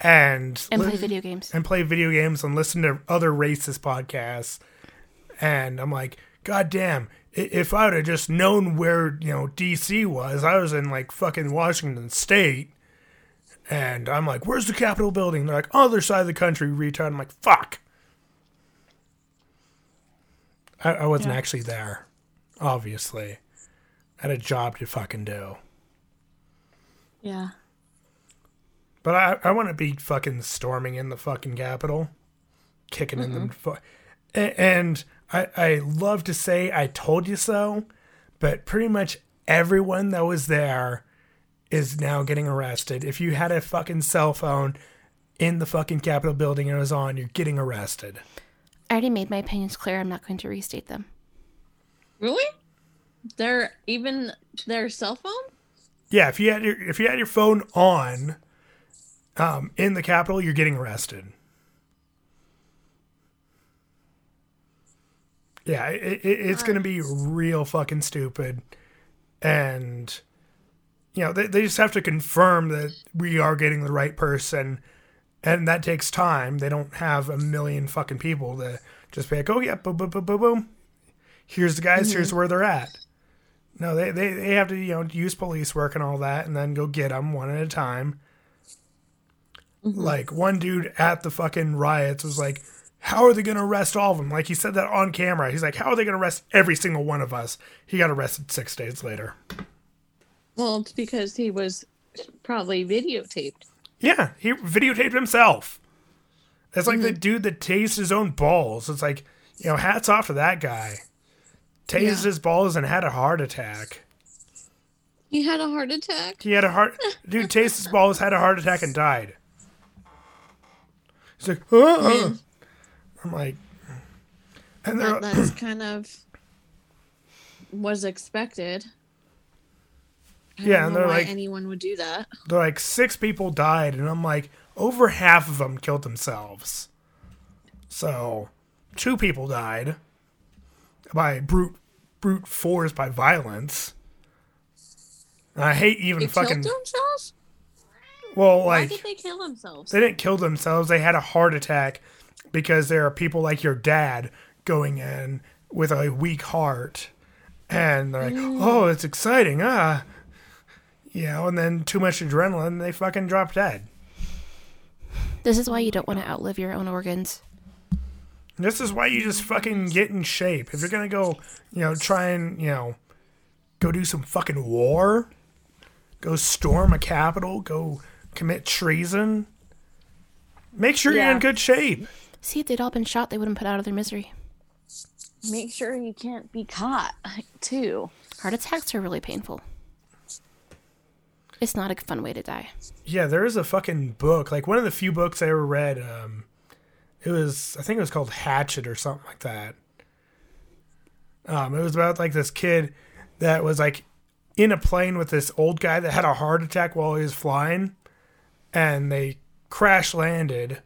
Speaker 2: and
Speaker 3: And play
Speaker 2: li-
Speaker 3: video games.
Speaker 2: and play video games and listen to other racist podcasts. And I'm like, God damn! i- If I would have just known where you know DC was, I was in like fucking Washington State. And I'm like, where's the Capitol building? They're like, other side of the country, retard. I'm like, fuck. I, I wasn't actually there, obviously. I had a job to fucking do.
Speaker 9: Yeah.
Speaker 2: But I, I want to be fucking storming in the fucking Capitol, kicking in the. Fu- A- and I, I love to say I told you so, but pretty much everyone that was there is now getting arrested. If you had a fucking cell phone in the fucking Capitol building and it was on, you're getting arrested.
Speaker 3: I already made my opinions clear. I'm not going to restate them.
Speaker 9: Really? Their even their cell phone?
Speaker 2: Yeah, if you had your if you had your phone on, um, in the Capitol, you're getting arrested. Yeah, it, it, it's going to be real fucking stupid, and you know they they just have to confirm that we are getting the right person, and that takes time. They don't have a million fucking people to just be like, oh yeah, boom, boom, boom, boom, boom. Here's the guys. Here's where they're at. No, they, they, they have to, you know, use police work and all that and then go get them one at a time. Like, one dude at the fucking riots was like, How are they going to arrest all of them? Like, he said that on camera. He's like, How are they going to arrest every single one of us? He got arrested six days later.
Speaker 9: Well, it's because he was probably videotaped.
Speaker 2: Yeah, he videotaped himself. It's like the dude that tased his own balls. It's like, you know, hats off to that guy. Tased his balls and had a heart attack.
Speaker 9: He had a heart attack.
Speaker 2: He had a heart. Dude, tased his balls, had a heart attack, and died. He's like, uh, uh. I'm like, and they're
Speaker 9: That, that's kind of was expected. I
Speaker 2: Yeah,
Speaker 9: don't
Speaker 2: and
Speaker 9: know
Speaker 2: they're
Speaker 9: why
Speaker 2: like-
Speaker 9: anyone would do that.
Speaker 2: they're like six people died, and I'm like, over half of them killed themselves. So, two people died by brute brute force by violence. And I hate even
Speaker 9: They
Speaker 2: fucking
Speaker 9: killed themselves?
Speaker 2: well,
Speaker 9: Why
Speaker 2: like
Speaker 9: did they kill themselves?
Speaker 2: they didn't kill themselves. They had a heart attack because there are people like your dad going in with a weak heart, and they're like,
Speaker 9: Mm.
Speaker 2: "Oh, it's exciting, ah," you know. And then too much adrenaline, they fucking drop dead.
Speaker 3: This is why you don't want to outlive your own organs.
Speaker 2: This is why you
Speaker 9: Mm.
Speaker 2: just fucking get in shape. If you're gonna go, you know, try and, you know, go do some fucking war, go storm a capital, go commit treason, make sure you're in
Speaker 1: Yeah.
Speaker 2: good shape.
Speaker 3: See, if they'd all been shot, they would have been put out of their misery.
Speaker 1: Make sure you can't be caught, too.
Speaker 3: Heart attacks are really painful. It's not a fun way to die.
Speaker 2: Yeah, there is a fucking book, like one of the few books I ever read. Um, it was, I think it was called Hatchet or something like that. Um, it was about like this kid that was like in a plane with this old guy that had a heart attack while he was flying, and they crash landed,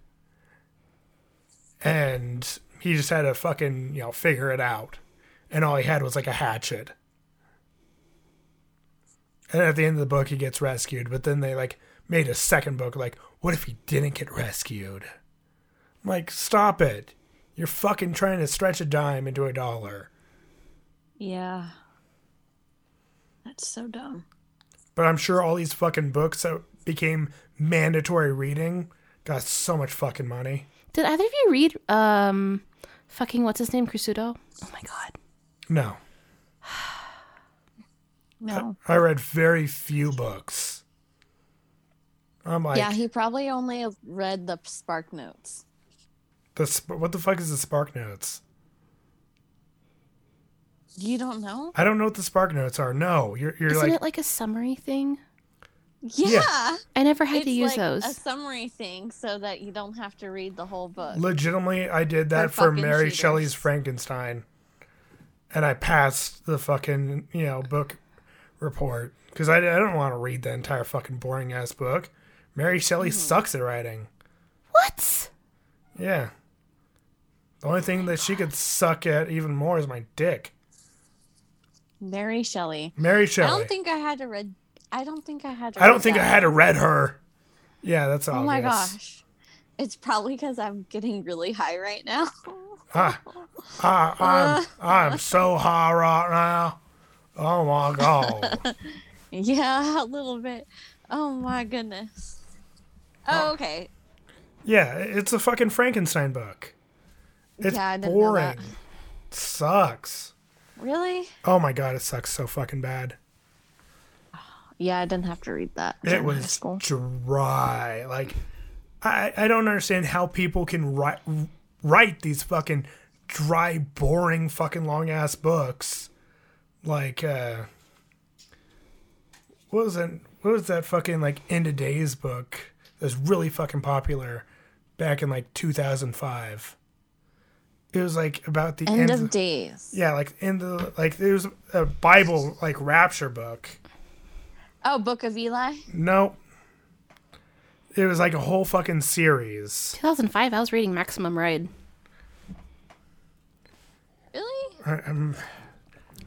Speaker 2: and he just had to fucking you know figure it out, and all he had was like a hatchet. And at the end of the book, he gets rescued. But then they like made a second book, like, what if he didn't get rescued? I'm like, stop it. You're fucking trying to stretch a dime into a dollar.
Speaker 1: Yeah. That's so dumb.
Speaker 2: But I'm sure all these fucking books that became mandatory reading got so much fucking money.
Speaker 3: Did either of you read, um, fucking what's his name, Crusudo? Oh my god.
Speaker 2: No,
Speaker 9: Oh.
Speaker 1: No.
Speaker 2: I read very few books. I'm like,
Speaker 1: yeah, he probably only read the spark notes.
Speaker 2: the sp- what the fuck is the Spark Notes?
Speaker 1: You don't know?
Speaker 2: I don't know what the Spark Notes are. No, you're, you're
Speaker 3: Isn't
Speaker 2: like,
Speaker 3: it like a summary thing?
Speaker 1: Yeah.
Speaker 3: I never had
Speaker 1: it's
Speaker 3: to use
Speaker 1: like
Speaker 3: those.
Speaker 1: a summary thing so that you don't have to read the whole book.
Speaker 2: Legitimately, I did that for
Speaker 1: fucking
Speaker 2: Mary
Speaker 1: cheaters.
Speaker 2: Shelley's Frankenstein, and I passed the fucking you know book report because I, I don't want to read the entire fucking boring ass book. Mary Shelley
Speaker 1: Hmm.
Speaker 2: sucks at writing.
Speaker 3: what?
Speaker 2: Yeah, the only thing that she could suck at even more is my dick.
Speaker 1: Mary Shelley.
Speaker 2: Mary
Speaker 1: I
Speaker 2: Shelley.
Speaker 1: don't think I had to read. I don't think I had to.
Speaker 2: I don't
Speaker 1: read
Speaker 2: think I
Speaker 1: that.
Speaker 2: had to read her. Yeah, that's
Speaker 1: Oh
Speaker 2: obvious.
Speaker 1: my gosh. It's probably because I'm getting really high right now.
Speaker 2: Ah, ah, I'm I'm so high right now. Oh my god.
Speaker 1: yeah, a little bit. Oh my goodness. Oh, okay.
Speaker 2: Yeah, it's a fucking Frankenstein book. It's
Speaker 1: Yeah, I didn't know
Speaker 2: boring.
Speaker 1: that.
Speaker 2: Sucks.
Speaker 1: Really?
Speaker 2: Oh my god, it sucks so fucking bad.
Speaker 1: Yeah, I didn't have to read that.
Speaker 2: It
Speaker 1: during high
Speaker 2: was dry. Like, I I don't understand how people can write write these fucking dry, boring, fucking long ass books. Like, uh, what was that? What was that fucking like end of days book that was really fucking popular back in like 2005? It was like about the
Speaker 1: End
Speaker 2: ends
Speaker 1: of days.
Speaker 2: Yeah, like in the like there was a Bible like rapture book.
Speaker 1: Oh, Book of Eli.
Speaker 2: Nope. It was like a whole fucking series.
Speaker 3: 2005, I was reading Maximum Ride.
Speaker 1: Really?
Speaker 2: I- I'm-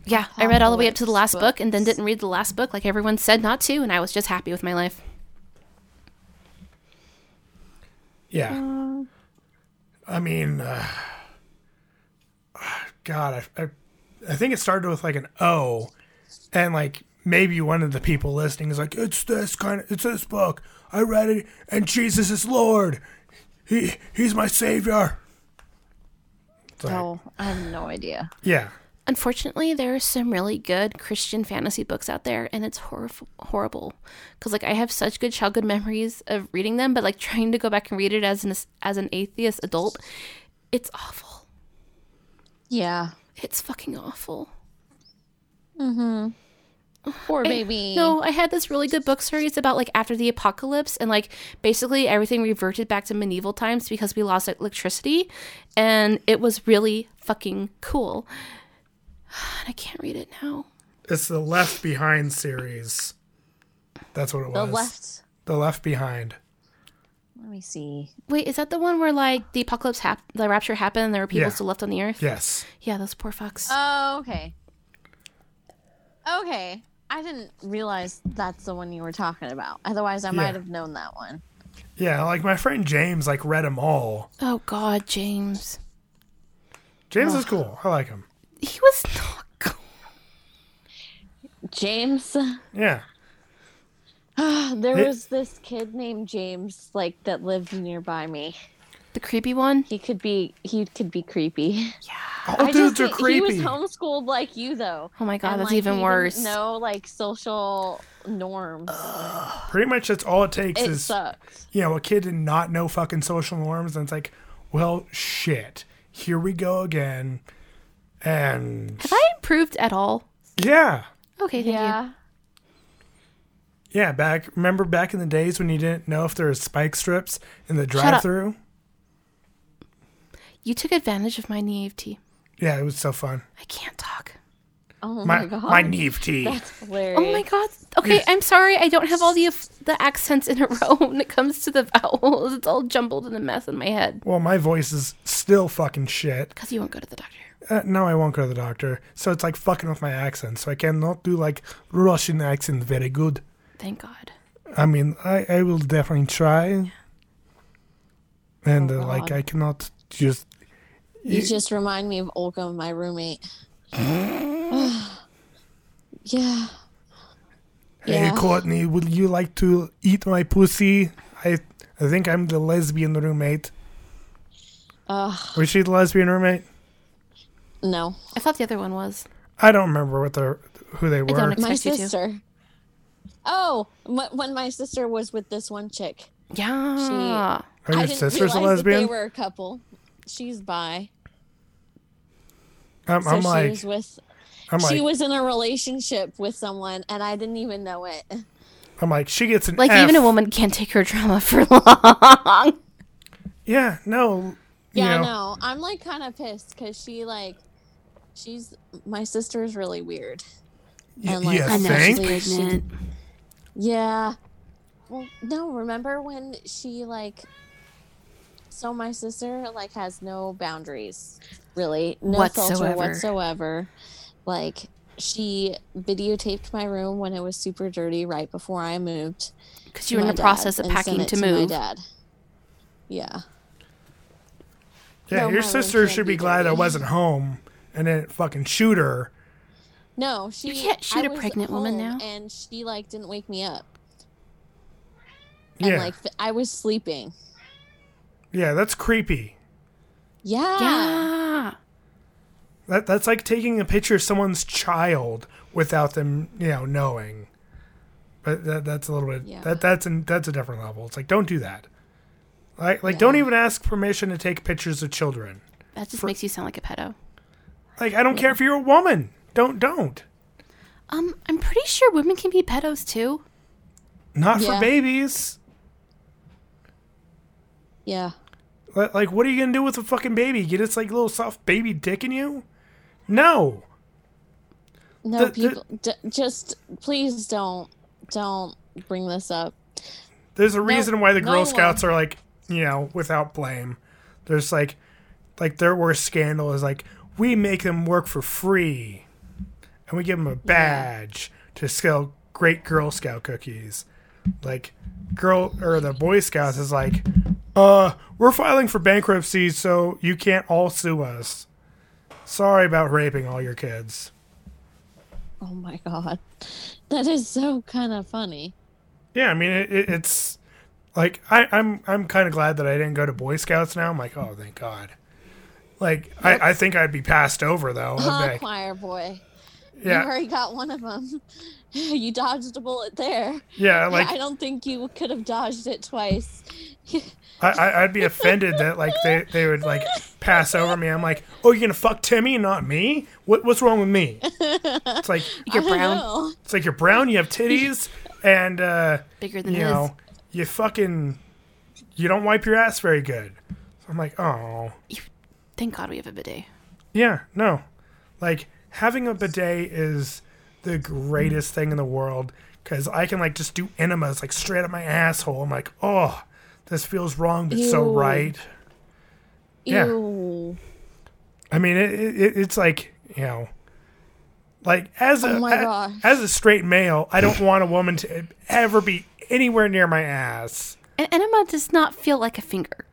Speaker 3: Yeah, I read all the way up to the last book and then didn't read the last book like everyone said not to, and I was just happy with my life.
Speaker 2: yeah.
Speaker 1: Uh.
Speaker 2: I mean, uh, ah, God, I, I, I think it started with like an O, and like maybe one of the people listening is like, "It's this kind of, it's this book. I read it, and Jesus is Lord. He he's my savior." It's like,
Speaker 1: Oh, I have no idea.
Speaker 2: Yeah.
Speaker 3: Unfortunately, there are some really good Christian fantasy books out there, and it's horrif- horrible. Because like I have such good childhood memories of reading them, but like trying to go back and read it as an as an atheist adult, it's awful.
Speaker 1: Yeah.
Speaker 3: It's fucking awful.
Speaker 1: Poor baby.
Speaker 3: No, I had this really good book series about like after the apocalypse and like basically everything reverted back to medieval times because we lost electricity and it was really fucking cool. And I can't read it now.
Speaker 2: It's the Left Behind series. That's what it
Speaker 1: The
Speaker 2: was.
Speaker 1: left.
Speaker 2: The Left Behind.
Speaker 1: Let me see.
Speaker 3: Wait, is that the one where like the apocalypse hap- the rapture happened and there were people
Speaker 2: Yeah.
Speaker 3: still left on the earth?
Speaker 2: Yes.
Speaker 3: Yeah, those poor fucks.
Speaker 9: Uh,
Speaker 1: Oh, okay. Okay. I didn't realize that's the one you were talking about. Otherwise, I
Speaker 2: Yeah.
Speaker 1: might have known that one.
Speaker 2: Yeah, like my friend James like read them all.
Speaker 3: oh god, James.
Speaker 2: James is cool. I like him.
Speaker 3: He was not cool.
Speaker 1: James.
Speaker 2: Yeah.
Speaker 1: There
Speaker 2: Hey.
Speaker 1: was this kid named James, like, that lived nearby me.
Speaker 3: The creepy one?
Speaker 1: He could be he could be creepy.
Speaker 2: All
Speaker 1: I
Speaker 2: dudes
Speaker 1: just
Speaker 2: are
Speaker 1: think
Speaker 2: Oh, creepy.
Speaker 1: He was homeschooled like you though.
Speaker 3: Oh my god,
Speaker 1: And,
Speaker 3: that's
Speaker 1: like,
Speaker 3: even
Speaker 1: he
Speaker 3: worse.
Speaker 1: didn't know like social norms.
Speaker 2: Pretty much that's all it takes
Speaker 1: it
Speaker 2: is
Speaker 1: sucks.
Speaker 2: you know, a kid did not know fucking social norms, and it's like, well, shit, here we go again. And
Speaker 3: Have I improved at all?
Speaker 2: yeah,
Speaker 3: Okay, thank you.
Speaker 1: Yeah.
Speaker 2: yeah, back remember back in the days when you didn't know if there was spike strips in the drive-through?
Speaker 3: You took advantage of my naivety.
Speaker 2: Yeah, it was so fun.
Speaker 3: I can't talk.
Speaker 1: Oh my,
Speaker 2: My
Speaker 1: god.
Speaker 2: my Neve tea.
Speaker 1: That's hilarious.
Speaker 3: Oh my god. Okay, I'm sorry. I don't have all the the accents in a row when it comes to the vowels. It's all jumbled in a mess in my head.
Speaker 2: Well, my voice is still fucking shit.
Speaker 3: Because you won't go to the doctor.
Speaker 2: Uh, no, I won't go to the doctor. So it's like fucking with my accent. So I cannot do like Russian accent very good.
Speaker 3: Thank God.
Speaker 2: I mean, I, I will definitely
Speaker 9: Oh,
Speaker 2: try. And uh, like, I cannot just.
Speaker 9: You just remind me of Olga, my roommate. yeah.
Speaker 2: Hey,
Speaker 9: Yeah.
Speaker 2: Courtney, would you like to eat my pussy? I I think I'm the lesbian roommate.
Speaker 9: Ugh.
Speaker 2: Was she the lesbian roommate?
Speaker 9: No.
Speaker 3: I thought the other one was.
Speaker 2: I don't remember what the who they
Speaker 3: don't
Speaker 2: were.
Speaker 3: ex-
Speaker 9: My
Speaker 3: Expect you to.
Speaker 9: sister. Oh, m- when my sister was with this one chick.
Speaker 3: Yeah.
Speaker 2: Are your
Speaker 9: I didn't
Speaker 2: sisters a
Speaker 9: realize That they
Speaker 2: lesbian?
Speaker 9: were a couple. She's bi.
Speaker 2: I'm,
Speaker 9: So
Speaker 2: I'm
Speaker 9: she
Speaker 2: like,
Speaker 9: was with.
Speaker 2: I'm
Speaker 9: she
Speaker 2: like,
Speaker 9: was in a relationship with someone, and I didn't even know it.
Speaker 2: I'm like, she gets an
Speaker 3: Like
Speaker 2: F.
Speaker 3: even a woman can't take her drama for long.
Speaker 2: Yeah, no. you
Speaker 9: Yeah, I
Speaker 2: know.
Speaker 9: know. I'm like kind of pissed because she like, she's my sister is really weird.
Speaker 2: Y-
Speaker 9: And, like,
Speaker 2: you
Speaker 9: I know, she's
Speaker 2: think?
Speaker 9: like- Yeah. Well, no, remember when she like so my sister like has no boundaries really. No
Speaker 3: Whatsoever.
Speaker 9: filter whatsoever. Like she videotaped my room when it was super dirty right before I moved.
Speaker 3: Because
Speaker 9: to
Speaker 3: you're in
Speaker 9: my
Speaker 3: the process
Speaker 9: dad
Speaker 3: of
Speaker 9: and sent
Speaker 3: packing
Speaker 9: it
Speaker 3: to
Speaker 9: My
Speaker 3: move.
Speaker 9: dad. Yeah.
Speaker 2: Yeah,
Speaker 9: No,
Speaker 2: your
Speaker 9: my room
Speaker 2: sister
Speaker 9: can't
Speaker 2: should
Speaker 9: be
Speaker 2: be glad I
Speaker 9: dirty.
Speaker 2: wasn't home and then fucking shoot her.
Speaker 9: No, she
Speaker 3: can't shoot
Speaker 9: I
Speaker 3: a
Speaker 9: was
Speaker 3: pregnant woman
Speaker 9: home
Speaker 3: now.
Speaker 9: And she like didn't wake me up. And
Speaker 2: Yeah.
Speaker 9: like I was sleeping.
Speaker 2: yeah, that's creepy.
Speaker 9: Yeah.
Speaker 3: Yeah.
Speaker 2: That that's like taking a picture of someone's child without them, you know, knowing. But that that's a little bit
Speaker 9: Yeah.
Speaker 2: that that's an, that's a different level. It's like don't do that. Like like don't even ask permission to take pictures of children.
Speaker 3: That just makes you sound like a pedo.
Speaker 2: Like I don't care if you're a woman. Don't don't.
Speaker 3: Um, I'm pretty sure women can be pedos too.
Speaker 2: Not for
Speaker 9: Yeah.
Speaker 2: babies.
Speaker 9: Yeah.
Speaker 2: Li- Like what are you gonna do with a fucking baby? Get its like little soft baby dick in you? No. The-
Speaker 9: No,
Speaker 2: the-
Speaker 9: people, d- just please don't don't bring this up.
Speaker 2: There's a reason why the
Speaker 9: no
Speaker 2: Girl
Speaker 9: one.
Speaker 2: Scouts are like, you know, without blame. There's like, like their worst scandal is like we make them work for free, and we give them a badge to sell great Girl Scout cookies. Like, girl or the Boy Scouts is like, uh, we're filing for bankruptcy, so you can't all sue us. Sorry about raping all your kids.
Speaker 9: Oh my god, that is so kind of funny.
Speaker 2: Yeah, I mean it, it, it's like I, I'm I'm kind of glad that I didn't go to Boy Scouts now. I'm like, oh, thank God. Like I, I think I'd be passed over though.
Speaker 9: Huh,
Speaker 2: I'd be like,
Speaker 9: choir boy, you
Speaker 2: yeah,
Speaker 9: already got one of them. you dodged a bullet there.
Speaker 2: yeah. Like
Speaker 9: I don't think you could have dodged it twice.
Speaker 2: I, I I'd be offended that like they, they would like pass over me. I'm like, oh, you're gonna fuck Timmy, and not me. What what's wrong with me? It's like
Speaker 3: You're
Speaker 9: I don't
Speaker 3: brown,
Speaker 9: know.
Speaker 2: it's like you're brown, you have titties, and uh,
Speaker 3: bigger than
Speaker 2: you
Speaker 3: his.
Speaker 2: know you fucking you don't wipe your ass very good. So I'm like, oh.
Speaker 3: Thank God we have a bidet.
Speaker 2: Yeah, no. Like having a bidet is the greatest thing in the world because I can like just do enemas like straight up my asshole. I'm like, oh, this feels wrong but so
Speaker 9: Ew.
Speaker 2: right. Yeah.
Speaker 9: Ew.
Speaker 2: I mean, it, it it's like you know, like as a
Speaker 9: Oh my
Speaker 2: a-
Speaker 9: gosh.
Speaker 2: as a straight male, I don't want a woman to ever be anywhere near my ass.
Speaker 3: An enema does not feel like a finger.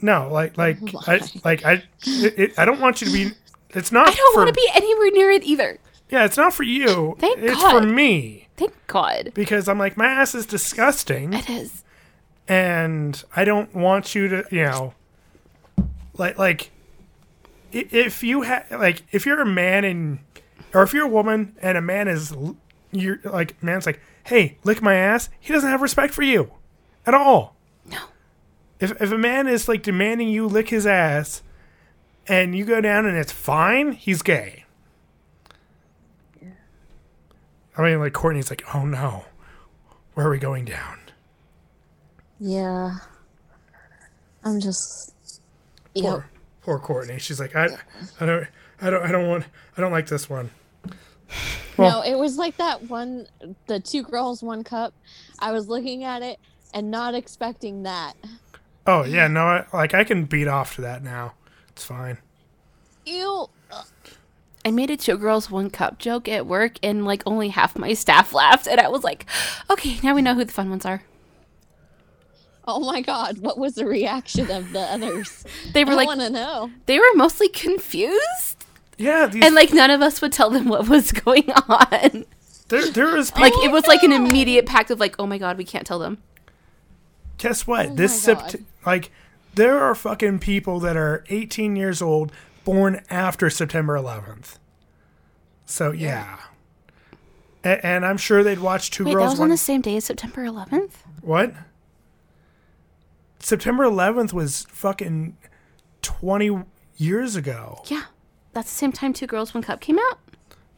Speaker 2: No, like like
Speaker 9: Oh
Speaker 2: I like I it, it, I don't want you to be. It's not.
Speaker 3: I don't
Speaker 2: for-
Speaker 3: want to be anywhere near it either.
Speaker 2: Yeah, it's not for you.
Speaker 3: Thank
Speaker 2: it's
Speaker 3: God.
Speaker 2: for me
Speaker 3: Thank God.
Speaker 2: because I'm like my ass is disgusting.
Speaker 3: It is.
Speaker 2: and I don't want you to, you know, like like i- if you have like if you're a man and or if you're a woman and a man is l- you're like man's like hey lick my ass he doesn't have respect for you at all no if, if a man is like demanding you lick his ass and you go down and it's fine he's gay i mean like courtney's like oh no where are we going down
Speaker 9: Yeah. I'm just. Yeah.
Speaker 2: poor, poor Courtney. She's like, I, I don't, I don't, I don't want, I don't like this one.
Speaker 9: No, it was like that one, the two girls, one cup. I was looking at it and not expecting that.
Speaker 2: Oh yeah, no, I, like I can beat off to that now. It's fine.
Speaker 9: Ew.
Speaker 3: I made a two girls one cup joke at work, and like only half my staff laughed, and I was like, "Okay, now we know who the fun ones are."
Speaker 9: Oh my God. What was the reaction of the others?
Speaker 3: They were
Speaker 9: I
Speaker 3: like,
Speaker 9: want to know.
Speaker 3: they were mostly confused,
Speaker 2: Yeah, these,
Speaker 3: and like none of us would tell them what was going on.
Speaker 2: there, there is.
Speaker 3: Like it was like an immediate pact of like, "Oh my god, we can't tell them."
Speaker 2: guess what?
Speaker 3: Oh
Speaker 2: this
Speaker 9: my God.
Speaker 2: sept- like, there are fucking people that are 18 years old, born after September 11th. So yeah. A- and I'm sure they'd watch Two
Speaker 3: Wait, that
Speaker 2: Girls
Speaker 3: was on
Speaker 2: One.
Speaker 3: the same day as September 11th.
Speaker 2: What? September 11th was fucking 20 years ago.
Speaker 3: Yeah, that's the same time Two Girls One Cup came out.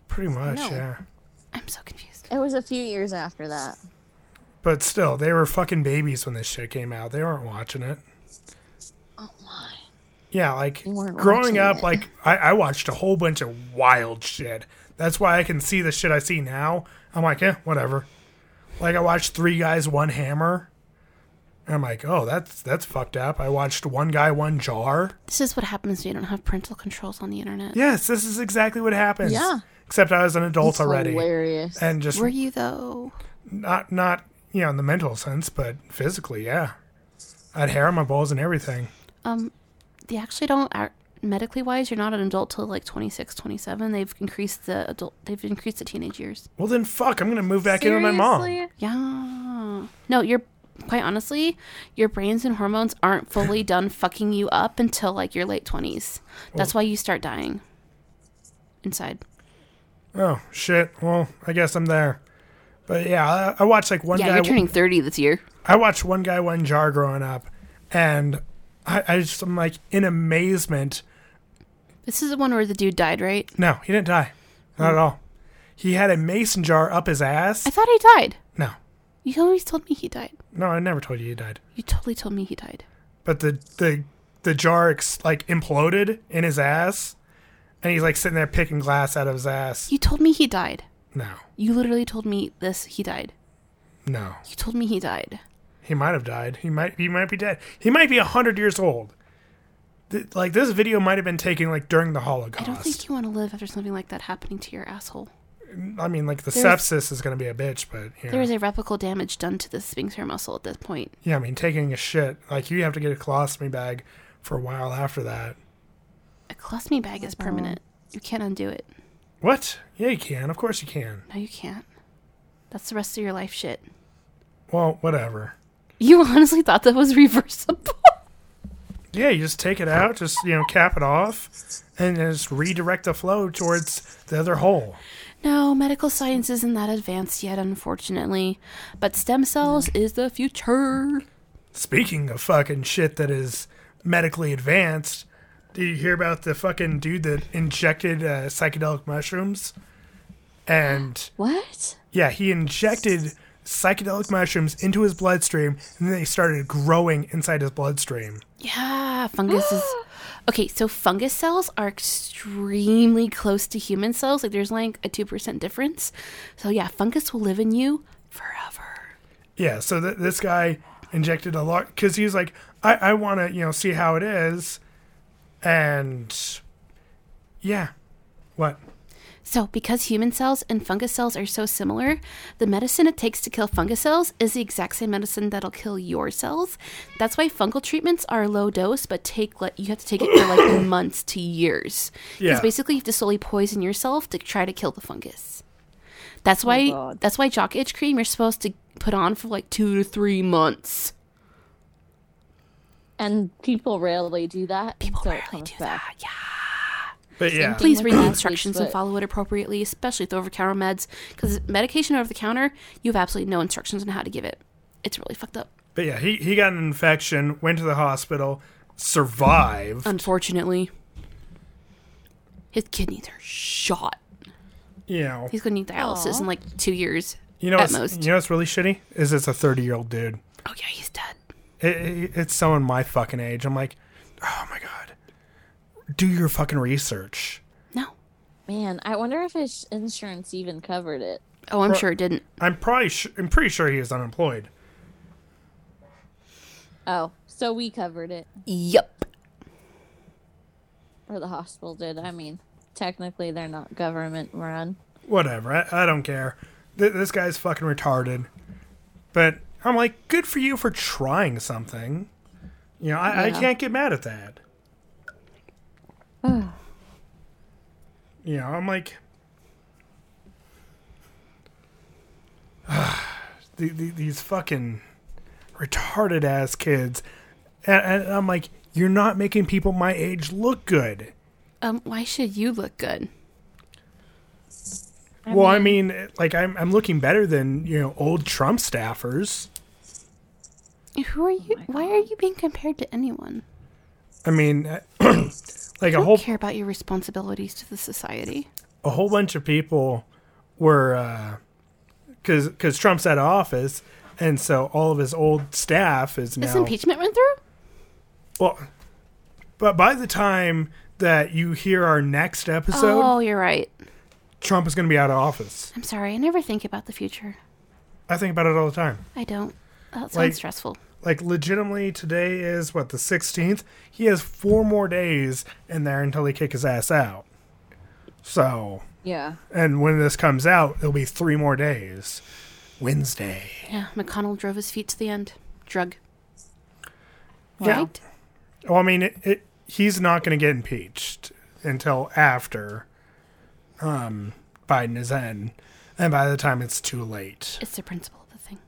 Speaker 2: Pretty much,
Speaker 9: No.
Speaker 2: yeah.
Speaker 3: I'm so confused.
Speaker 9: It was a few years after that.
Speaker 2: But still, they were fucking babies when this shit came out. They weren't watching it.
Speaker 9: Oh
Speaker 2: Yeah, like
Speaker 9: weren't
Speaker 2: growing
Speaker 9: watching
Speaker 2: up,
Speaker 9: it.
Speaker 2: like I, I watched a whole bunch of wild shit. That's why I can see the shit I see now. I'm like, eh, whatever. Like I watched Three Guys, One Hammer. And I'm like, oh, that's that's fucked up. I watched One Guy, One Jar.
Speaker 3: This is what happens when you don't have parental controls on the internet.
Speaker 2: Yes, this is exactly what happens.
Speaker 9: Yeah.
Speaker 2: Except I was an adult
Speaker 9: It's
Speaker 2: already.
Speaker 9: hilarious.
Speaker 2: And just
Speaker 3: Were you though?
Speaker 2: not not you know in the mental sense, but physically, yeah. I had hair on my balls and everything.
Speaker 3: Um, they actually don't. Are, medically wise, you're not an adult till like 26, 27. They've increased the adult. They've increased the teenage years.
Speaker 2: Well, then fuck, I'm gonna move back in with my mom.
Speaker 1: Seriously?
Speaker 3: Yeah. No, you're quite honestly, your brains and hormones aren't fully done fucking you up until like your late 20s. That's why you start dying inside.
Speaker 2: Oh shit. Well, I guess I'm there. But yeah, I, I watched like one
Speaker 3: Yeah,
Speaker 2: guy.
Speaker 3: you're turning 30 this year.
Speaker 2: I watched one guy, one jar growing up, and I, I just I'm like in amazement.
Speaker 3: This is the one where the dude died, right?
Speaker 2: No, he didn't die, not
Speaker 3: Hmm.
Speaker 2: at all. He had a mason jar up his ass.
Speaker 3: I thought he died.
Speaker 2: No,
Speaker 3: You always told me he died.
Speaker 2: no, I never told you he died.
Speaker 3: You totally told me he died.
Speaker 2: but the the the jar ex- like imploded in his ass, and he's like sitting there picking glass out of his ass.
Speaker 3: You told me he died.
Speaker 2: No,
Speaker 3: You literally told me this. He died.
Speaker 2: no,
Speaker 3: You told me he died.
Speaker 2: he might have died. He might he might be dead. He might be hundred years old. Th- like this video might have been taken like during the
Speaker 3: I
Speaker 2: Holocaust. I,
Speaker 3: don't think you want to live after something like that happening to your asshole.
Speaker 2: mean, like the
Speaker 3: There's-
Speaker 2: sepsis is gonna be a bitch, but you
Speaker 3: There
Speaker 2: know.
Speaker 3: is irreparable damage done to the sphincter muscle at this point.
Speaker 2: yeah, I mean, taking a shit like you have to get a colostomy bag for a while after that.
Speaker 3: A colostomy bag is permanent. You can't undo it.
Speaker 2: What? Yeah, you can. Of course you can.
Speaker 3: No, you can't. That's the rest of your life shit.
Speaker 2: Well, whatever.
Speaker 3: You honestly thought that was reversible?
Speaker 2: Yeah, you just take it out, just you know, cap it off, and then just redirect the flow towards the other hole.
Speaker 3: no, medical science isn't that advanced yet, unfortunately. But stem cells is the future.
Speaker 2: Speaking of fucking shit that is medically advanced, did you hear about the fucking dude that injected uh, psychedelic mushrooms? And
Speaker 9: What?
Speaker 2: yeah, he injected psychedelic mushrooms into his bloodstream, and then they started growing inside his bloodstream.
Speaker 3: Yeah, fungus is. Okay, so fungus cells are extremely close to human cells. Like there's like a 2% difference. So yeah, fungus will live in you forever.
Speaker 2: Yeah, so th- this guy injected a lot because he was like, I, I want to, you know, see how it is. And yeah, what?
Speaker 3: So, because human cells and fungus cells are so similar, the medicine it takes to kill fungus cells is the exact same medicine that'll kill your cells. That's why fungal treatments are low dose, but take like you have to take it for like months to years. Because
Speaker 2: Yeah.
Speaker 3: basically, you have to slowly poison yourself to try to kill the fungus. That's
Speaker 9: Oh,
Speaker 3: why that's why jock itch cream you're supposed to put on for like two to three months.
Speaker 9: And people rarely do that. People so rarely do back.
Speaker 3: Yeah.
Speaker 2: But yeah,
Speaker 3: Please read the
Speaker 9: Last
Speaker 3: instructions
Speaker 9: week's
Speaker 3: and
Speaker 9: book.
Speaker 3: follow it appropriately, especially with over the counter meds, because medication over the counter, you have absolutely no instructions on how to give it. It's really fucked up.
Speaker 2: but yeah, he he got an infection, went to the hospital,
Speaker 3: Uh,
Speaker 2: survived.
Speaker 3: Unfortunately, his kidneys are shot.
Speaker 2: You know,
Speaker 3: He's gonna need dialysis in like two years.
Speaker 2: you know,
Speaker 3: at
Speaker 2: what's,
Speaker 3: most.
Speaker 2: you know what's really shitty is it's a thirty year old dude.
Speaker 3: Oh yeah, he's dead.
Speaker 2: It, it, it's someone my fucking age. I'm like, oh my god, do your fucking research.
Speaker 3: No.
Speaker 9: Man, I wonder if his insurance even covered it.
Speaker 3: Oh, I'm sure it didn't.
Speaker 2: I'm probably sh- I'm pretty sure he is unemployed.
Speaker 9: Oh, so we covered it.
Speaker 3: Yep.
Speaker 9: Or the hospital did. I mean, technically they're not government run.
Speaker 2: Whatever, I, I don't care. Th- this guy's fucking retarded. But I'm like, good for you for trying something. You know, I, I
Speaker 9: Yeah.
Speaker 2: can't get mad at that. you know, I'm like, the, the, these fucking retarded ass kids. And, and I'm like, you're not making people my age look good.
Speaker 3: Um, why should you look good?
Speaker 2: well, I mean, like I'm I'm looking better than you know old Trump staffers.
Speaker 3: Who are you? why are you being compared to anyone?
Speaker 2: I mean, like a
Speaker 3: I
Speaker 2: whole
Speaker 3: don't care about your responsibilities to the society.
Speaker 2: a whole bunch of people were because because Trump's out of office, and so all of his old staff is now
Speaker 3: This impeachment went through?
Speaker 2: well. But by the time that you hear our next episode,
Speaker 3: oh, you're right.
Speaker 2: Trump is going to be out of office.
Speaker 3: I'm sorry. I never think about the future.
Speaker 2: I think about it all the time.
Speaker 3: I don't. That sounds
Speaker 2: Like-
Speaker 3: stressful.
Speaker 2: Like legitimately, today is what the sixteenth. He has four more days in there until they kick his ass out. So
Speaker 9: Yeah.
Speaker 2: And when this comes out, it'll be three more days. Wednesday.
Speaker 3: Yeah, McConnell drove his feet to the end. Drug.
Speaker 2: Yeah.
Speaker 3: Right?
Speaker 2: Well, I mean, it, it, he's not going to get impeached until after um, Biden is in. And by the time it's too late,
Speaker 3: It's the principle of the thing.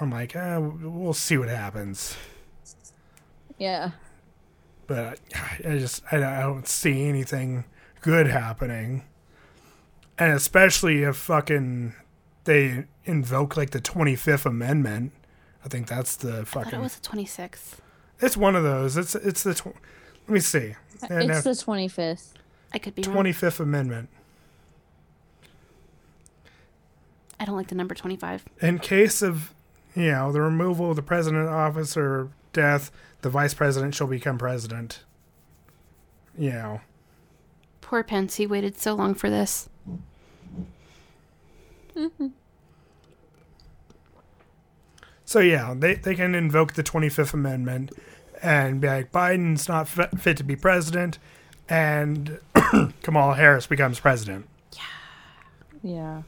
Speaker 2: I'm like, eh, we'll see what happens.
Speaker 9: Yeah.
Speaker 2: But I, I just, I, don't- I don't see anything good happening. And especially if fucking they invoke like the 25th Amendment. I think that's the
Speaker 3: But
Speaker 2: fucking.
Speaker 3: it was the 26th.
Speaker 2: It's one of those. It's it's the tw- let me see. And,
Speaker 9: It's
Speaker 2: uh,
Speaker 9: the 25th.
Speaker 3: I could be wrong.
Speaker 2: 25th Amendment.
Speaker 3: I don't like the number 25.
Speaker 2: In case of you know the removal of the president of office or death, the vice president shall become president. You know,
Speaker 3: Poor Pence. He waited so long for this.
Speaker 2: so yeah, they they can invoke the 25th Amendment and be like Biden's not fit, fit to be president, and Kamala Harris becomes president.
Speaker 9: Yeah.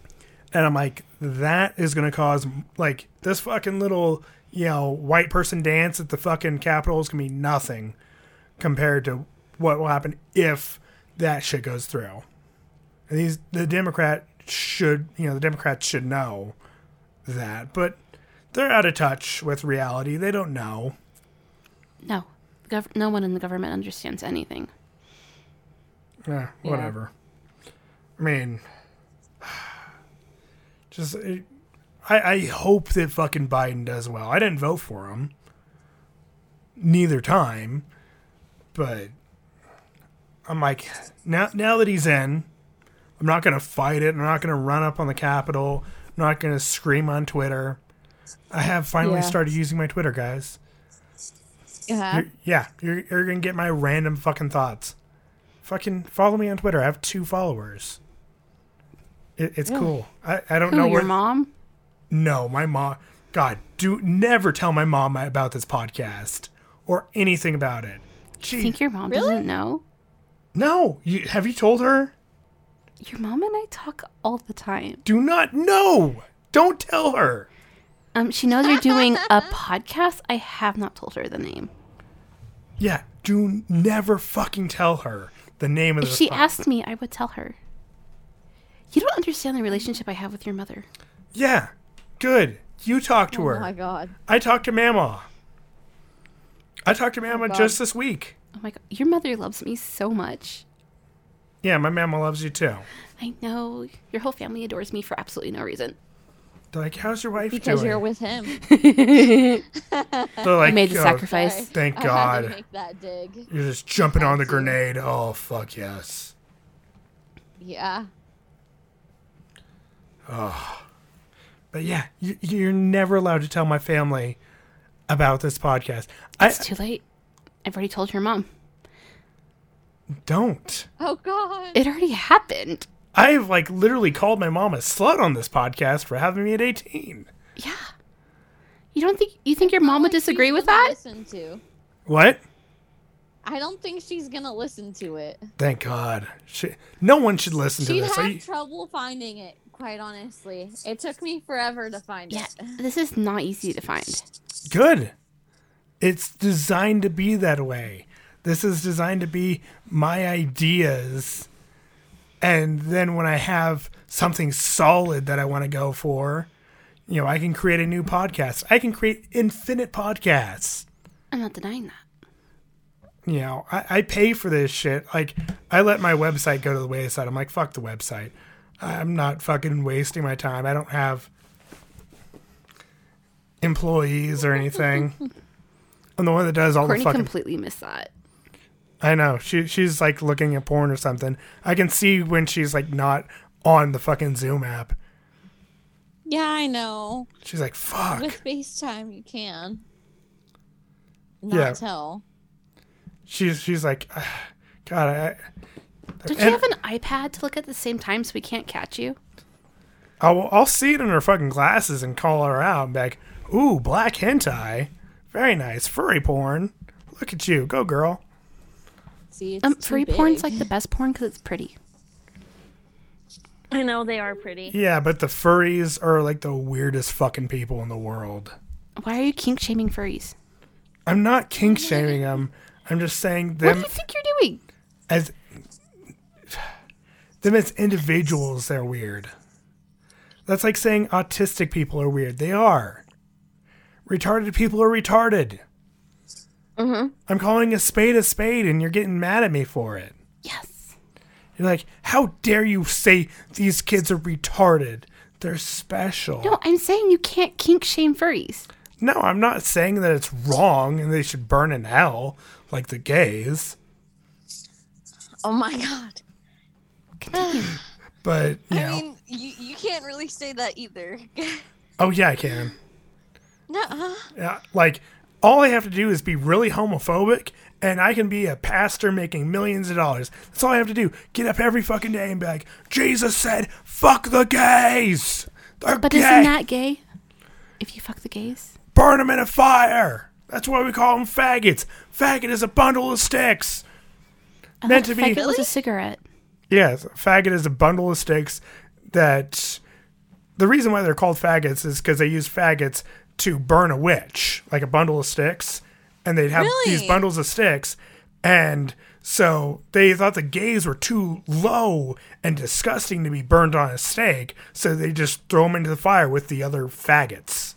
Speaker 2: and I'm like, that is going to cause like this fucking little you know white person dance at the fucking Capitol is going to be nothing compared to what will happen if that shit goes through. And these the Democrat should you know the Democrats should know that, but they're out of touch with reality. They don't know.
Speaker 3: No. The Gov- no one in the government understands anything.
Speaker 2: Yeah, whatever. I mean, just it, I I hope that fucking Biden does well. I didn't vote for him. Neither time, but I'm like now now that he's in, I'm not gonna fight it. I'm not gonna run up on the Capitol. I'm not gonna scream on Twitter. I have finally
Speaker 9: Yeah.
Speaker 2: started using my Twitter, guys.
Speaker 9: Yeah.
Speaker 2: You're- yeah, you're, you're gonna get my random fucking thoughts. Fucking follow me on Twitter. I have two followers. It, it's cool. I, I don't
Speaker 3: Who,
Speaker 2: know
Speaker 3: your
Speaker 2: where.
Speaker 3: mom?
Speaker 2: No, my mom. God, do never tell my mom about this podcast or anything about it.
Speaker 3: I
Speaker 2: Gee,
Speaker 3: think your mom doesn't know.
Speaker 2: no. You, have you told her?
Speaker 3: Your mom and I talk all the time.
Speaker 2: Do not. No. Don't tell her.
Speaker 3: Um, she knows you're doing a podcast. I have not told her the name.
Speaker 2: Yeah. Do never fucking tell her the name of
Speaker 3: If
Speaker 2: the.
Speaker 3: she asked me, I would tell her. You don't understand the relationship I have with your mother.
Speaker 2: Yeah. Good. You talk to
Speaker 9: Oh
Speaker 2: her.
Speaker 9: my god.
Speaker 2: I talked to Mama. I talked to my mama just this week.
Speaker 3: Oh my god, your mother loves me so much.
Speaker 2: Yeah, my mama loves you too.
Speaker 3: I know your whole family adores me for absolutely no reason.
Speaker 2: They're like, how's your wife
Speaker 9: because
Speaker 2: doing?
Speaker 9: you're with him.
Speaker 2: They're like,
Speaker 3: I made the
Speaker 2: "Oh,
Speaker 3: sacrifice.
Speaker 2: Thank
Speaker 9: I had to
Speaker 2: God.
Speaker 9: make that dig.
Speaker 2: You're just jumping on the grenade. Oh fuck yes.
Speaker 9: Yeah.
Speaker 2: But yeah, you, you're never allowed to tell my family about this podcast. I
Speaker 3: It's too late. I've already told your mom.
Speaker 2: don't.
Speaker 9: Oh God.
Speaker 3: It already happened.
Speaker 2: I've like literally called my mom a slut on this podcast for having me at 18.
Speaker 3: Yeah. You don't think you think your mom would disagree with that?
Speaker 9: Listen to.
Speaker 2: What?
Speaker 9: I don't think she's gonna listen to it.
Speaker 2: Thank God. She, no one should listen to
Speaker 9: She'd
Speaker 2: this.
Speaker 9: have
Speaker 2: Are you-
Speaker 9: trouble finding it. Quite honestly, it took me forever to find
Speaker 3: Yeah.
Speaker 9: it.
Speaker 3: This is not easy to find.
Speaker 2: good. It's designed to be that way. This is designed to be my ideas. And then when I have something solid that I want to go for, you know, I can create a new podcast. I can create infinite podcasts.
Speaker 3: I'm not denying that.
Speaker 2: You know, I, I pay for this shit. Like, I let my website go to the wayside. I'm like, fuck the website. I'm not fucking wasting my time. I don't have employees or anything. I'm the one that does all
Speaker 3: Courtney
Speaker 2: the fucking.
Speaker 3: completely missed that.
Speaker 2: I know she she's like looking at porn or something. I can see when she's like not on the fucking Zoom app.
Speaker 9: Yeah, I know.
Speaker 2: She's like, fuck.
Speaker 9: With FaceTime, you can. Not
Speaker 2: Yeah.
Speaker 9: tell.
Speaker 2: She's she's like, "Ah, God, I
Speaker 3: Don't you
Speaker 2: And-
Speaker 3: have an iPad to look at the same time so we can't catch you?
Speaker 2: I'll, I'll see it in her fucking glasses and call her out and be like, ooh, black hentai. Very nice. Furry porn. Look at you. Go, girl.
Speaker 9: See, it's
Speaker 3: Um,
Speaker 9: too
Speaker 3: free porn's
Speaker 9: big.
Speaker 3: like the best porn because it's pretty.
Speaker 1: I know they are pretty.
Speaker 2: Yeah, but the furries are like the weirdest fucking people in the world.
Speaker 3: Why are you kink shaming furries?
Speaker 2: I'm not kink shaming them. I'm just saying
Speaker 3: What do
Speaker 2: them
Speaker 3: you think you're doing?
Speaker 2: as them as individuals they're weird that's like saying autistic people are weird they are retarded people are retarded i'm calling a spade a spade and you're getting mad at me for it
Speaker 3: Yes.
Speaker 2: you're like how dare you say these kids are retarded they're special
Speaker 3: No, I'm saying you can't kink shame furries.
Speaker 2: no i'm not saying that it's wrong and they should burn in hell like the gays
Speaker 9: Oh my God.
Speaker 2: but you know
Speaker 9: I mean, you, you can't really say that either.
Speaker 2: oh yeah i can
Speaker 9: Nuh-uh.
Speaker 2: Yeah, like all I have to do is be really homophobic, and I can be a pastor making millions of dollars. That's all I have to do. Get up every fucking day and be like, Jesus said, "Fuck the gays." They're
Speaker 3: But
Speaker 2: gay.
Speaker 3: isn't that gay? If you fuck the gays?
Speaker 2: Burn them in a fire. That's why we call them faggots. Faggot is a bundle of sticks.
Speaker 3: I
Speaker 2: Meant
Speaker 3: thought
Speaker 2: to be-
Speaker 3: faggot was a cigarette.
Speaker 2: Yes, faggot is a bundle of sticks that the reason why they're called faggots is because they use faggots to burn a witch, like a bundle of sticks, and they'd have these
Speaker 9: Really?
Speaker 2: bundles of sticks, and so they thought the gays were too low and disgusting to be burned on a stake, so they just throw them into the fire with the other faggots.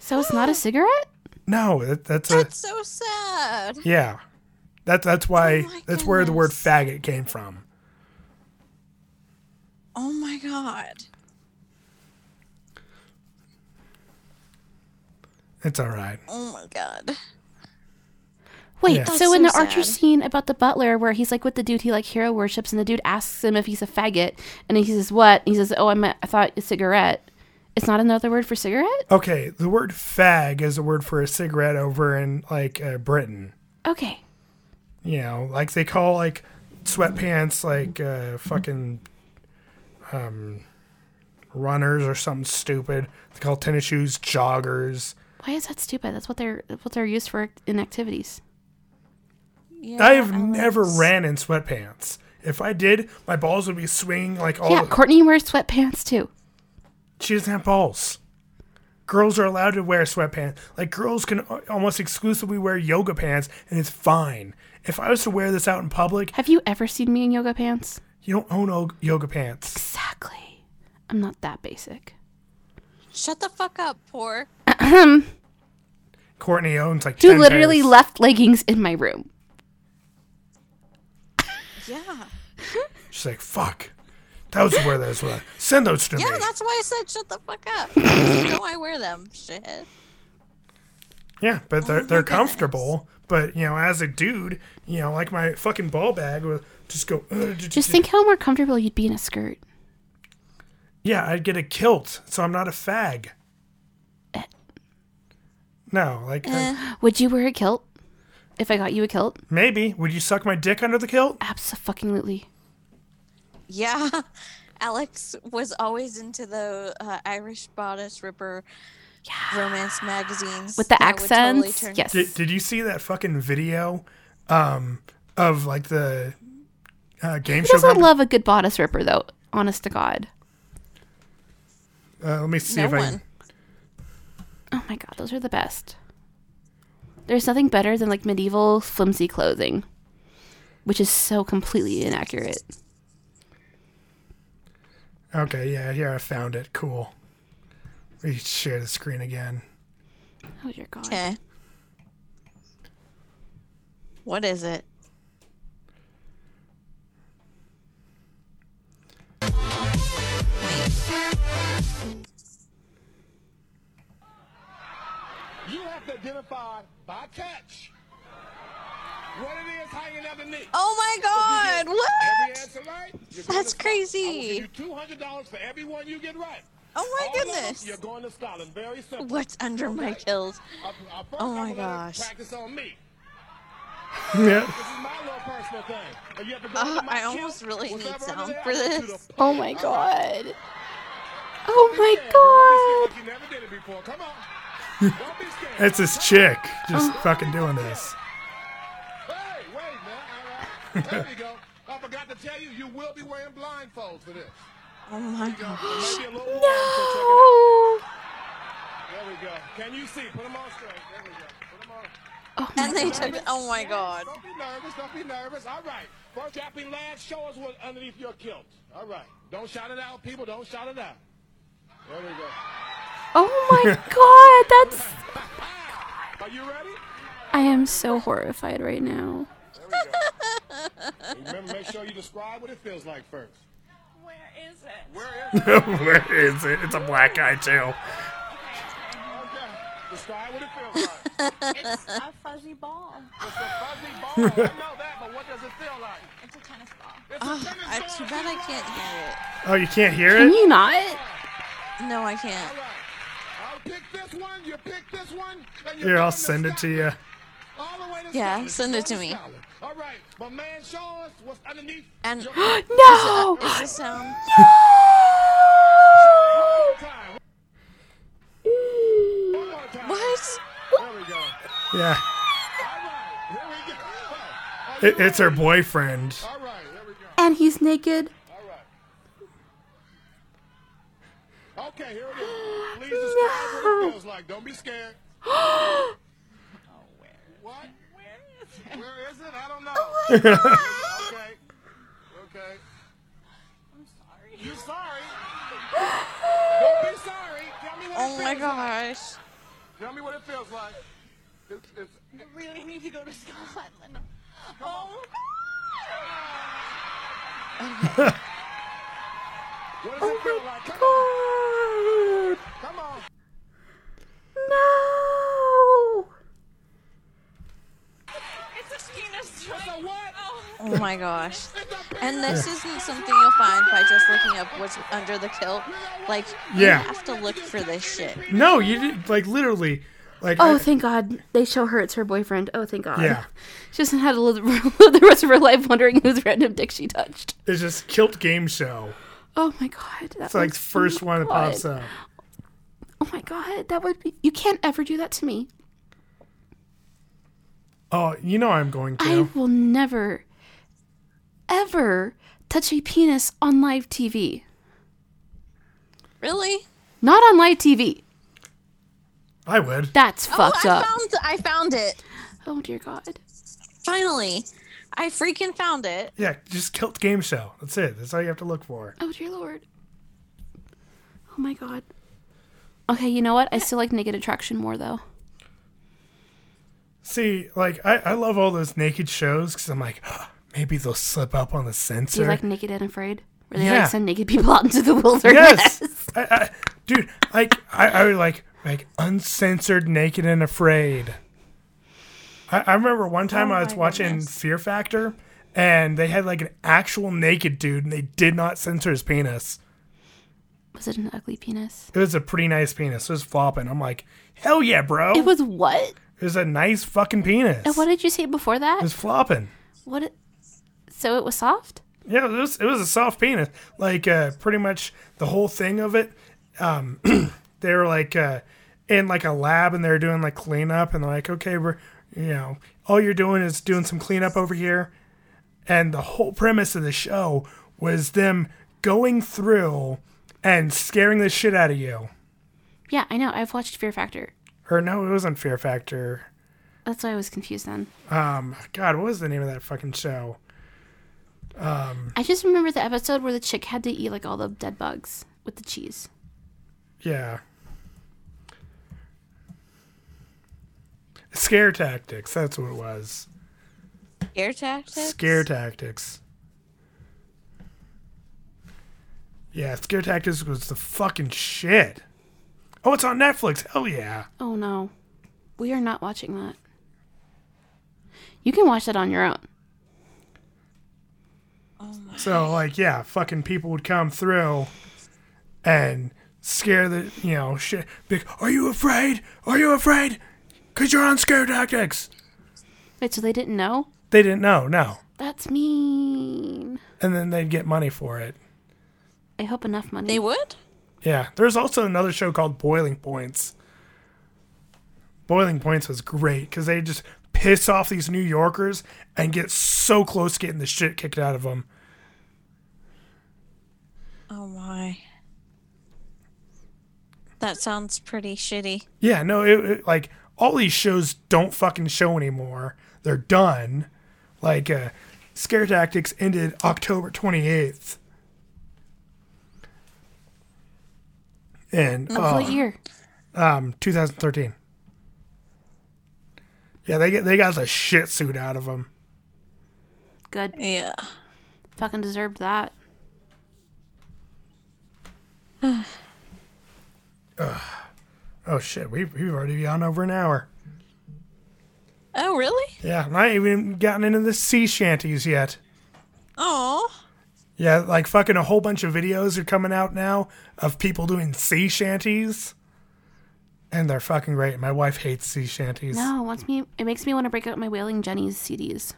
Speaker 3: So it's
Speaker 9: Oh.
Speaker 3: not a cigarette?
Speaker 2: No, that, that's a
Speaker 9: That's so sad.
Speaker 2: yeah. That that's why
Speaker 9: my
Speaker 2: that's where the word faggot came from.
Speaker 9: Oh my God.
Speaker 2: It's all right.
Speaker 9: Oh my God.
Speaker 3: Wait,
Speaker 2: Yeah.
Speaker 3: so,
Speaker 9: That's
Speaker 3: in the
Speaker 9: so
Speaker 3: Archer
Speaker 9: sad.
Speaker 3: scene about the butler, where he's like with the dude he like hero worships, and the dude asks him if he's a faggot, and he says what? And he says, "Oh, I meant I thought a cigarette." It's not another word for cigarette.
Speaker 2: Okay, the word fag is a word for a cigarette over in like uh, Britain.
Speaker 3: Okay,
Speaker 2: You know, like they call like sweatpants like uh, fucking um, runners or something stupid. They call tennis shoes joggers.
Speaker 3: why is that stupid? That's what they're what they're used for in activities.
Speaker 2: I have never ran in sweatpants. If I did, my balls would be swinging like all.
Speaker 3: yeah,
Speaker 2: the-
Speaker 3: Courtney wears sweatpants too.
Speaker 2: She doesn't have balls. Girls are allowed to wear sweatpants. Like girls can a- almost exclusively wear yoga pants, and it's fine. If I was to wear this out in public,
Speaker 3: Have you ever seen me in yoga pants?
Speaker 2: you don't own o- yoga pants.
Speaker 3: Exactly. I'm not that basic.
Speaker 9: Shut the fuck up, poor.
Speaker 2: Courtney owns like
Speaker 3: who
Speaker 2: 10
Speaker 3: literally
Speaker 2: pairs.
Speaker 3: left leggings in my room.
Speaker 9: Yeah.
Speaker 2: She's like, fuck. Those are where those were. Send those to
Speaker 9: Yeah,
Speaker 2: me.
Speaker 9: that's why I said shut the fuck up. you know I wear them. Shit.
Speaker 2: Yeah, but
Speaker 9: Oh
Speaker 2: they're they're comfortable. But you know, as a dude, you know, like my fucking ball bag will just go.
Speaker 3: Just think how more comfortable you'd be in a skirt.
Speaker 2: Yeah, I'd get a kilt, so I'm not a fag.
Speaker 3: Eh.
Speaker 2: No, like uh,
Speaker 3: Would you wear a kilt? If I got you a kilt?
Speaker 2: maybe would you suck my dick under the kilt?
Speaker 3: Absolutely.
Speaker 9: Yeah. Alex was always into the uh, Irish bodice ripper romance magazines
Speaker 3: With the
Speaker 9: that would totally
Speaker 3: accents?
Speaker 9: turn-
Speaker 3: yes.
Speaker 2: Did, did you see that fucking video um, of like the uh, game
Speaker 3: Who
Speaker 2: show?
Speaker 3: doesn't
Speaker 2: comp-
Speaker 3: love a good bodice ripper though? Honest to God.
Speaker 2: uh, let me see
Speaker 9: No
Speaker 2: if I. Can...
Speaker 9: one.
Speaker 3: Oh my god, those are the best. There's nothing better than like medieval flimsy clothing, which is so completely inaccurate.
Speaker 2: Okay, yeah, here I found it. Cool. We should share the screen again.
Speaker 3: Oh dear god.
Speaker 9: Okay. What is it?
Speaker 5: You have to identify by touch what it is hanging underneath.
Speaker 9: Oh my god!
Speaker 5: Every
Speaker 9: What?
Speaker 5: answer right, you're going
Speaker 9: That's
Speaker 5: to Scotland. I will
Speaker 9: crazy.
Speaker 5: give you two hundred dollars for every one you get right.
Speaker 9: Oh my
Speaker 5: All of them,
Speaker 9: goodness.
Speaker 5: You're going to Scotland. Very simple.
Speaker 9: What's under my kills?
Speaker 5: Our- our first
Speaker 9: Oh my
Speaker 5: couple of
Speaker 9: gosh.
Speaker 5: Practice on me.
Speaker 2: Yeah.
Speaker 5: This is my little personal thing. And you have to go
Speaker 9: Uh,
Speaker 5: under my
Speaker 9: I
Speaker 5: chin,
Speaker 9: almost really
Speaker 5: whatever
Speaker 9: need
Speaker 5: under
Speaker 9: sound
Speaker 5: there,
Speaker 9: for
Speaker 5: I want you to
Speaker 9: this.
Speaker 3: Oh my god. Oh my god.
Speaker 5: Don't be scared, girl. Don't be scared like you never did it before. Come on. Don't be scared.
Speaker 2: It's this chick just
Speaker 3: Oh.
Speaker 2: fucking doing this.
Speaker 5: Hey, wait, man. All right. There you go. I forgot to tell you, you will be wearing blindfolds for this.
Speaker 9: Oh my
Speaker 5: There
Speaker 9: god.
Speaker 5: you go. Maybe a little warm,
Speaker 3: Oh.
Speaker 5: so check it out. There we go. Can you see? Put them on straight. There we go. Put them on.
Speaker 9: And they took Oh my god.
Speaker 5: Don't be nervous. Don't be nervous. All right. First dropping last. Show us what's underneath your kilt. All right. Don't shout it out, people. Don't shout it out. There we go.
Speaker 3: Oh my god. That's
Speaker 5: Are you ready?
Speaker 3: I am so horrified right now.
Speaker 5: There we go. Remember, make sure you describe what it feels like first.
Speaker 8: Where is it?
Speaker 5: Where is it?
Speaker 2: Where is it? It's a black guy too.
Speaker 5: Okay. Describe what it feels like.
Speaker 8: It's a fuzzy ball.
Speaker 5: It's a fuzzy ball. I know that, but what does it feel like?
Speaker 8: It's a tennis ball.
Speaker 5: It's a
Speaker 9: Oh,
Speaker 5: tennis
Speaker 9: I
Speaker 5: ball.
Speaker 9: too bad I can't hear
Speaker 2: Oh, you can't hear
Speaker 3: Can
Speaker 2: it?
Speaker 3: you not?
Speaker 9: it. No, I can't.
Speaker 5: All right. I'll pick this one. You pick this one. And you're
Speaker 2: Here, I'll
Speaker 5: going
Speaker 2: send it to
Speaker 5: Scotland.
Speaker 2: you.
Speaker 5: All the way to
Speaker 9: Yeah,
Speaker 5: Scotland.
Speaker 9: send it
Speaker 5: Go
Speaker 9: to me.
Speaker 5: Scotland. All right, my man, show us what's underneath.
Speaker 9: And-
Speaker 5: your- Show us
Speaker 3: No.
Speaker 9: Is the sound?
Speaker 5: one more time. One more time.
Speaker 9: What?
Speaker 5: There we go.
Speaker 2: Yeah.
Speaker 5: All right, here we go. Are
Speaker 2: It,
Speaker 5: you
Speaker 2: it's her
Speaker 5: ready?
Speaker 2: boyfriend.
Speaker 5: All right, here we go.
Speaker 3: And he's naked.
Speaker 5: All right. Okay, here it is. Please describe what it feels like. Don't be scared. What? Where is it? I don't know.
Speaker 9: Oh
Speaker 5: okay. Okay. I'm sorry. You're sorry. Don't be sorry. Tell me what it
Speaker 9: Oh my
Speaker 5: feels like.
Speaker 9: gosh.
Speaker 5: Tell me what it feels like. It's, it's,
Speaker 8: I really need to go to Scotland. Oh,
Speaker 5: what does
Speaker 9: Oh
Speaker 5: it feel like? Come on. Come
Speaker 3: No.
Speaker 5: on.
Speaker 8: it's a penis joint.
Speaker 5: It's a what?
Speaker 9: Oh my gosh.
Speaker 5: It's a penis.
Speaker 9: And this isn't something you'll find by just looking up what's under the kilt. Like,
Speaker 2: Yeah.
Speaker 9: you have to look for this shit.
Speaker 2: No, you did like literally, like
Speaker 3: Oh,
Speaker 2: I-
Speaker 3: thank God. They show her it's her boyfriend. Oh, thank God.
Speaker 2: Yeah.
Speaker 3: She doesn't have to live live the rest of her life wondering whose random dick she touched.
Speaker 2: it's just kilt game show.
Speaker 3: Oh my God. That
Speaker 2: It's like
Speaker 3: was-
Speaker 2: first one that pops
Speaker 3: God.
Speaker 2: up.
Speaker 3: Oh my God. That would be. You can't ever do that to me.
Speaker 2: Oh, you know I'm going
Speaker 3: I
Speaker 2: to.
Speaker 3: will never, ever touch a penis on live TV.
Speaker 9: Really?
Speaker 3: Not on live TV.
Speaker 2: I would.
Speaker 3: That's fucked
Speaker 9: oh, I
Speaker 3: up.
Speaker 9: found I found it.
Speaker 3: oh dear God.
Speaker 9: Finally. I freaking found it.
Speaker 2: Yeah, just kilt game show. That's it. That's all you have to look for.
Speaker 3: Oh dear Lord. Oh my God. Okay, you know what? I still like naked attraction more though.
Speaker 2: See, like I, I love all those naked shows because I'm like, maybe they'll slip up on the
Speaker 3: Do
Speaker 2: censor.
Speaker 3: you like Naked and Afraid? Where they
Speaker 2: Yeah.
Speaker 3: like send naked people out into the wilderness.
Speaker 2: Yes, I, I, dude. Like I, I would like like uncensored, naked, and afraid. I, I remember one time I was watching Fear Factor, and they had like an actual naked dude, and they did not censor his penis.
Speaker 3: Was it an ugly penis?
Speaker 2: It was a pretty nice penis. It was flopping. I'm like, hell yeah, bro. It
Speaker 3: was what?
Speaker 2: It was a nice fucking penis.
Speaker 3: And what did you say before that?
Speaker 2: It was flopping.
Speaker 3: What? It, so it was soft.
Speaker 2: Yeah, it was, it was a soft penis. Like uh, pretty much the whole thing of it. Um, they were like uh, in like a lab and they were doing like cleanup and they're like, okay, we're you know all you're doing is doing some cleanup over here, and the whole premise of the show was them going through and scaring the shit out of you.
Speaker 3: Yeah, I know. I've watched Fear Factor.
Speaker 2: Or no, it wasn't Fear Factor.
Speaker 3: That's why I was confused then.
Speaker 2: Um, God, what was the name of that fucking show? Um,
Speaker 3: I just remember the episode where the chick had to eat like all the dead bugs with the cheese.
Speaker 2: yeah. Scare tactics. That's what it was.
Speaker 10: Scare tactics?
Speaker 2: Scare tactics. Yeah, scare tactics was the fucking shit. Oh, it's on Netflix. Hell yeah.
Speaker 3: Oh no, we are not watching that. You can watch that on your own.
Speaker 2: So like, yeah, fucking people would come through and scare the you know shit. Be like, are you afraid? Are you afraid? Cause you're on scare tactics.
Speaker 3: Wait, so they didn't know?
Speaker 2: They didn't know, no.
Speaker 3: That's mean.
Speaker 2: And then they'd get money for it.
Speaker 3: I hope enough money.
Speaker 10: They would.
Speaker 2: Yeah, there's also another show called Boiling Points. Boiling Points was great because they just piss off these New Yorkers and get so close to getting the shit kicked out of them.
Speaker 10: Oh my. That sounds pretty shitty.
Speaker 2: Yeah, no, it, it- like all these shows don't fucking show anymore. They're done. Like uh, Scare Tactics ended October 28th. And
Speaker 3: Of what
Speaker 2: uh,
Speaker 3: year?
Speaker 2: Um, 2013. Yeah, they get they got the shit suit out of them.
Speaker 3: Good.
Speaker 10: Yeah.
Speaker 3: Fucking deserved that.
Speaker 2: Oh shit, we've we've already gone over an hour.
Speaker 10: Oh really?
Speaker 2: Yeah, not even gotten into the sea shanties yet.
Speaker 10: Oh.
Speaker 2: Yeah, like fucking a whole bunch of videos are coming out now of people doing sea shanties. And they're fucking great. My wife hates sea shanties.
Speaker 3: No, it wants me. It makes me want to break out my Wailing Jenny's CDs.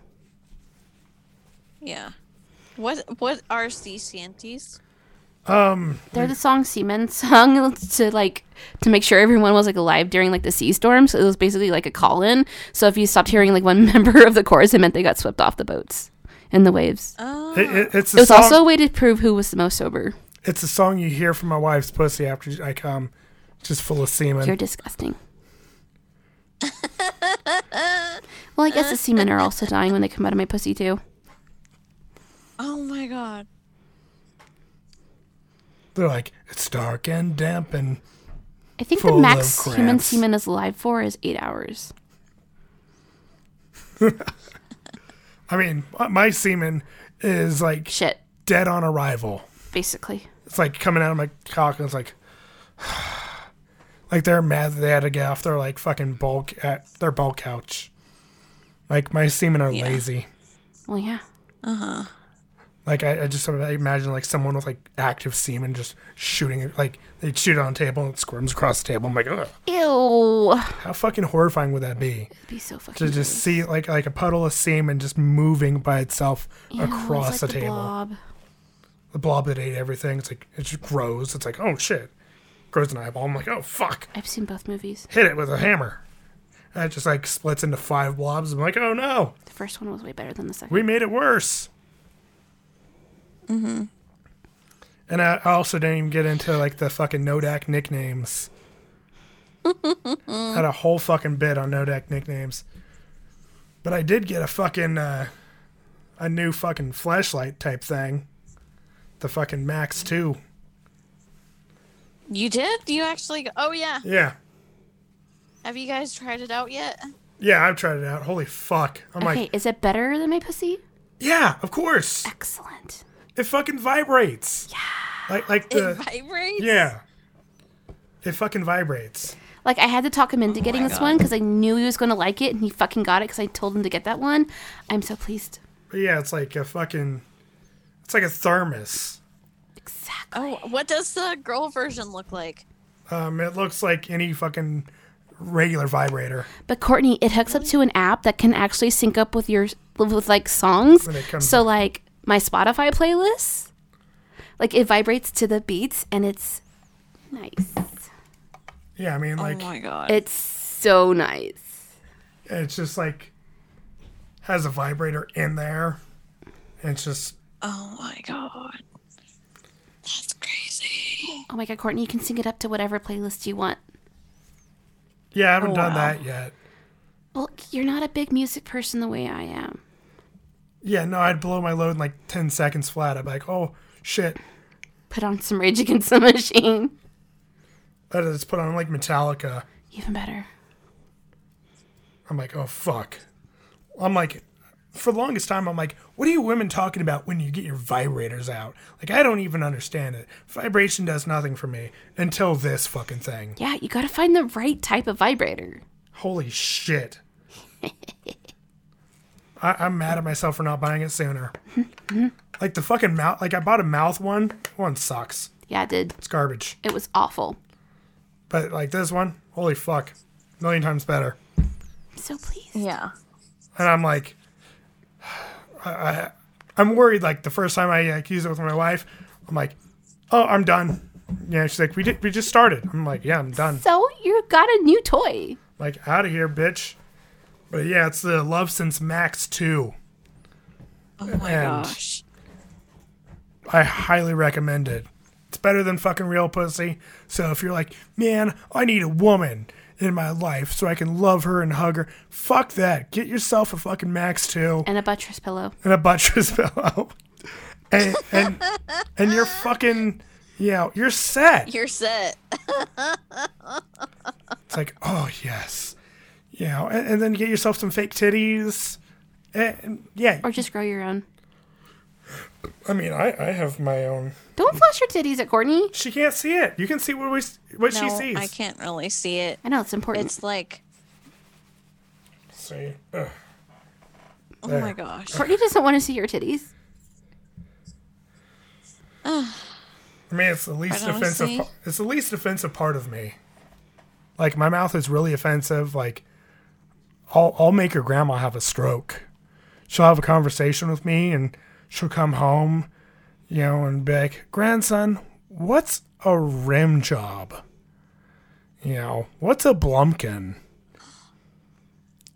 Speaker 10: Yeah. What what are sea shanties?
Speaker 2: Um,
Speaker 3: They're the song seamen sung to like to make sure everyone was like alive during like the sea storm. So it was basically like a call in. So if you stopped hearing like one member of the chorus, it meant they got swept off the boats in the waves.
Speaker 2: it, it- it's
Speaker 3: It
Speaker 2: a
Speaker 3: was
Speaker 2: song,
Speaker 3: also a way to prove who was the most sober.
Speaker 2: it's a song you hear from my wife's pussy after I come, just full of semen.
Speaker 3: You're disgusting. well, I guess the seamen are also dying when they come out of my pussy too.
Speaker 10: Oh my god.
Speaker 2: They're like it's dark and damp and
Speaker 3: I think
Speaker 2: Full
Speaker 3: the
Speaker 2: of
Speaker 3: max human
Speaker 2: cramps.
Speaker 3: semen is alive for is eight hours.
Speaker 2: I mean my- my semen is like
Speaker 3: shit
Speaker 2: dead on arrival.
Speaker 3: Basically.
Speaker 2: It's like coming out of my cock and it's like like they're mad that they had to get off their like fucking bulk at their bulk couch. Like my semen are lazy.
Speaker 3: Well, yeah.
Speaker 10: Uh huh.
Speaker 2: Like I, I just sort of imagine like someone with like active semen just shooting it like they shoot it on a table and it squirms across the table. I'm like, ugh.
Speaker 3: Ew.
Speaker 2: How fucking horrifying would that be?
Speaker 3: It'd be so fucking.
Speaker 2: To just see like like a puddle of semen just moving by itself
Speaker 3: Ew, it's
Speaker 2: across
Speaker 3: like
Speaker 2: the, table.
Speaker 3: blob.
Speaker 2: The blob that ate everything. It's like it just grows. It's like, oh shit. Grows an eyeball. I'm like, oh fuck.
Speaker 3: I've seen both movies.
Speaker 2: hit it with a hammer. And it just like splits into five blobs. I'm like, oh no,
Speaker 3: The first one was way better than the second.
Speaker 2: we made it worse.
Speaker 10: Mm-hmm.
Speaker 2: And I I also didn't even get into like the fucking Nodak nicknames. I had a whole fucking bit on Nodak nicknames. But I did get a fucking uh, a new fucking flashlight type thing. The fucking Max 2.
Speaker 10: You did? You actually? Oh yeah.
Speaker 2: Yeah.
Speaker 10: Have you guys tried it out yet?
Speaker 2: Yeah, I've tried it out. Holy fuck. I'm
Speaker 3: okay,
Speaker 2: like,
Speaker 3: is it better than my pussy?
Speaker 2: yeah, of course.
Speaker 3: Excellent.
Speaker 2: It fucking vibrates. Yeah. Like like the
Speaker 11: vibrates.
Speaker 2: Yeah. It fucking vibrates.
Speaker 3: Like I had to talk him into getting
Speaker 2: Oh my
Speaker 3: this
Speaker 2: God.
Speaker 3: one because I knew he was going to like it, and he fucking got it because I told him to get that one. I'm so pleased.
Speaker 2: But yeah, it's like a fucking it's like a thermos.
Speaker 1: Oh, what does the girl version look like?
Speaker 2: Um it looks like any fucking regular vibrator.
Speaker 3: But Courtney, it hooks up to an app that can actually sync up with your with like songs.
Speaker 2: When it comes-
Speaker 3: So like my Spotify playlist, like it vibrates to the beats, and it's nice.
Speaker 2: Yeah, I mean like
Speaker 3: It's so nice.
Speaker 2: it's just like has a vibrator in there. And it's just
Speaker 1: Oh my god. That's crazy.
Speaker 3: Oh my god, Courtney, you can sync it up to whatever playlist you want.
Speaker 2: yeah, I haven't
Speaker 3: Oh,
Speaker 2: done
Speaker 3: wow.
Speaker 2: that yet.
Speaker 3: Well, you're not a big music person the way I am.
Speaker 2: Yeah, no, I'd blow my load in like ten seconds flat. I'd be like, oh shit.
Speaker 3: Put on some Rage Against the Machine.
Speaker 2: I just put on like Metallica.
Speaker 3: Even better.
Speaker 2: I'm like, oh fuck. I'm like, for the longest time, I'm like, what are you women talking about when you get your vibrators out? Like, I don't even understand it. Vibration does nothing for me until this fucking thing.
Speaker 3: Yeah, you gotta find the right type of vibrator.
Speaker 2: Holy shit. I, I'm mad at myself for not buying it sooner. like the fucking mouth. Like I bought a mouth one. One sucks.
Speaker 3: Yeah, it did.
Speaker 2: It's garbage.
Speaker 3: It was awful.
Speaker 2: But like this one, holy fuck, million times better.
Speaker 3: So pleased.
Speaker 11: Yeah.
Speaker 2: and I'm like, I, I, I'm worried. Like the first time I like, use it with my wife, I'm like, oh, I'm done. Yeah, she's like, we did, we just started. I'm like, yeah, I'm done.
Speaker 3: So you got a new toy.
Speaker 2: Like out of here, bitch. But yeah, it's the Love Since Max two.
Speaker 1: Oh my
Speaker 2: And-
Speaker 1: gosh.
Speaker 2: I highly recommend it. It's better than fucking real pussy. So if you're like, man, I need a woman in my life so I can love her and hug her, fuck that. Get yourself a fucking Max two.
Speaker 3: And a buttress pillow.
Speaker 2: and a buttress pillow. And and and you're fucking yeah, you're set.
Speaker 1: You're set.
Speaker 2: It's like, oh yes. You know, and, and then get yourself some fake titties. And, and yeah.
Speaker 3: Or just grow your own.
Speaker 2: I mean I, I have my own
Speaker 3: Don't flash your titties at Courtney.
Speaker 2: She can't see it. You can see what we s- what she
Speaker 9: No,
Speaker 2: sees.
Speaker 9: I can't really see it.
Speaker 3: I know it's important.
Speaker 9: It's like,
Speaker 2: See. uh, Ugh.
Speaker 9: oh
Speaker 2: There.
Speaker 9: my gosh.
Speaker 3: Courtney doesn't want to see your titties.
Speaker 2: I mean it's the least
Speaker 3: don't
Speaker 2: offensive
Speaker 3: see.
Speaker 2: pa- it's the least offensive part of me. Like my mouth is really offensive, like I'll I'll make her grandma have a stroke. She'll have a conversation with me and she'll come home, you know, and be like, Grandson, what's a rim job? You know, what's a blumpkin?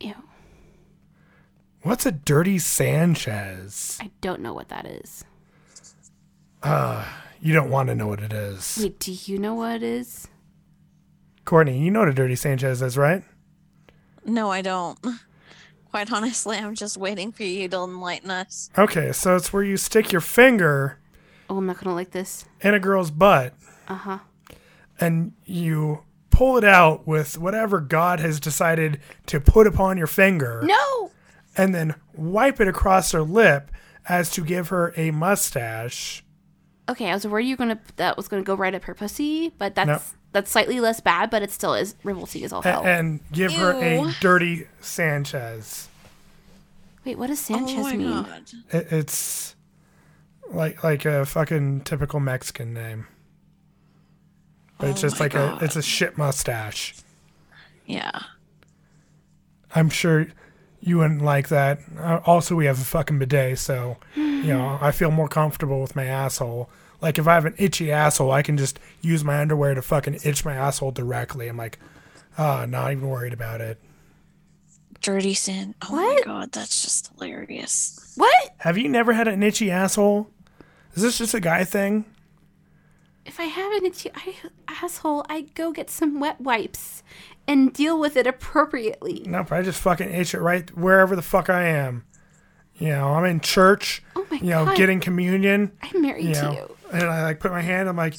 Speaker 3: Ew.
Speaker 2: What's a dirty Sanchez?
Speaker 3: I don't know what that is.
Speaker 2: Uh, you don't want to know what it is.
Speaker 3: Wait, do you know what it is?
Speaker 2: Courtney, you know what a dirty Sanchez is, right?
Speaker 9: No, I don't. Quite honestly, I'm just waiting for you to enlighten us.
Speaker 2: Okay, so it's where you stick your finger
Speaker 3: Oh, I'm not gonna like this.
Speaker 2: in a girl's butt
Speaker 3: Uh huh.
Speaker 2: and you pull it out with whatever God has decided to put upon your
Speaker 9: Er.
Speaker 2: finger.
Speaker 3: No.
Speaker 2: And then wipe it across her lip as to give her a mustache.
Speaker 3: Okay, I was worried you're gonna that was gonna go right up her pussy, but that's that's slightly less bad, but it still is revolting as all
Speaker 9: Eh,
Speaker 2: a-
Speaker 3: Oh, hell.
Speaker 2: and give her a
Speaker 3: Ew.
Speaker 2: dirty Sanchez.
Speaker 3: Wait, what does Sanchez
Speaker 9: Oh my
Speaker 3: mean?
Speaker 2: It, it's like like a fucking typical Mexican name. But it's
Speaker 9: Oh
Speaker 2: just
Speaker 9: my
Speaker 2: like a it's a shit mustache.
Speaker 9: Yeah.
Speaker 2: I'm sure you wouldn't like that. Uh, also, we have a fucking bidet, so you know I feel more comfortable with my asshole. Like if I have an itchy asshole, I can just use my underwear to fucking itch my asshole directly. I'm like, ah, not even worried about it.
Speaker 9: Dirty Sin. Oh
Speaker 3: What?
Speaker 9: my god, that's just hilarious.
Speaker 3: What?
Speaker 2: Have you never had an itchy asshole? Is this just a guy thing?
Speaker 3: If I have an itchy I, asshole, I go get some wet wipes and deal with it appropriately.
Speaker 2: Nope, I just fucking itch it right wherever the fuck I am. You know, I'm in church. you know,
Speaker 3: God.
Speaker 2: getting communion.
Speaker 3: I'm married
Speaker 2: you
Speaker 3: to
Speaker 2: know,
Speaker 3: you.
Speaker 2: And I like put my hand. I'm like,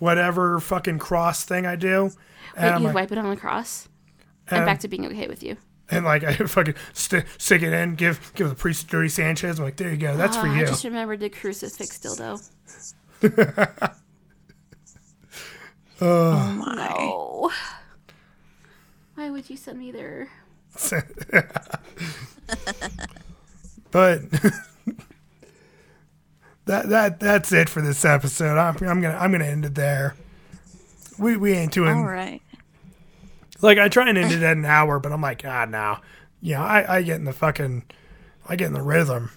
Speaker 2: whatever fucking cross thing I do.
Speaker 3: Wait,
Speaker 2: I'm
Speaker 9: Eh,
Speaker 3: you
Speaker 2: like,
Speaker 3: wipe it on the cross?
Speaker 2: Um,
Speaker 3: I'm back to being okay with you.
Speaker 2: And like I fucking st- stick it in, give give the priest dirty Sanchez. I'm like, there you go, that's for
Speaker 3: Ah,
Speaker 2: you.
Speaker 3: I just remembered the crucifix dildo.
Speaker 2: Uh. Ugh.
Speaker 3: No. Oh, Why would you send me there?
Speaker 2: but that that that's it for this episode. I'm, I'm gonna I'm gonna end it there. We we ain't doing
Speaker 9: All right.
Speaker 2: like I try and end it at an hour, but I'm like ah no, yeah I I get in the fucking I get in the rhythm.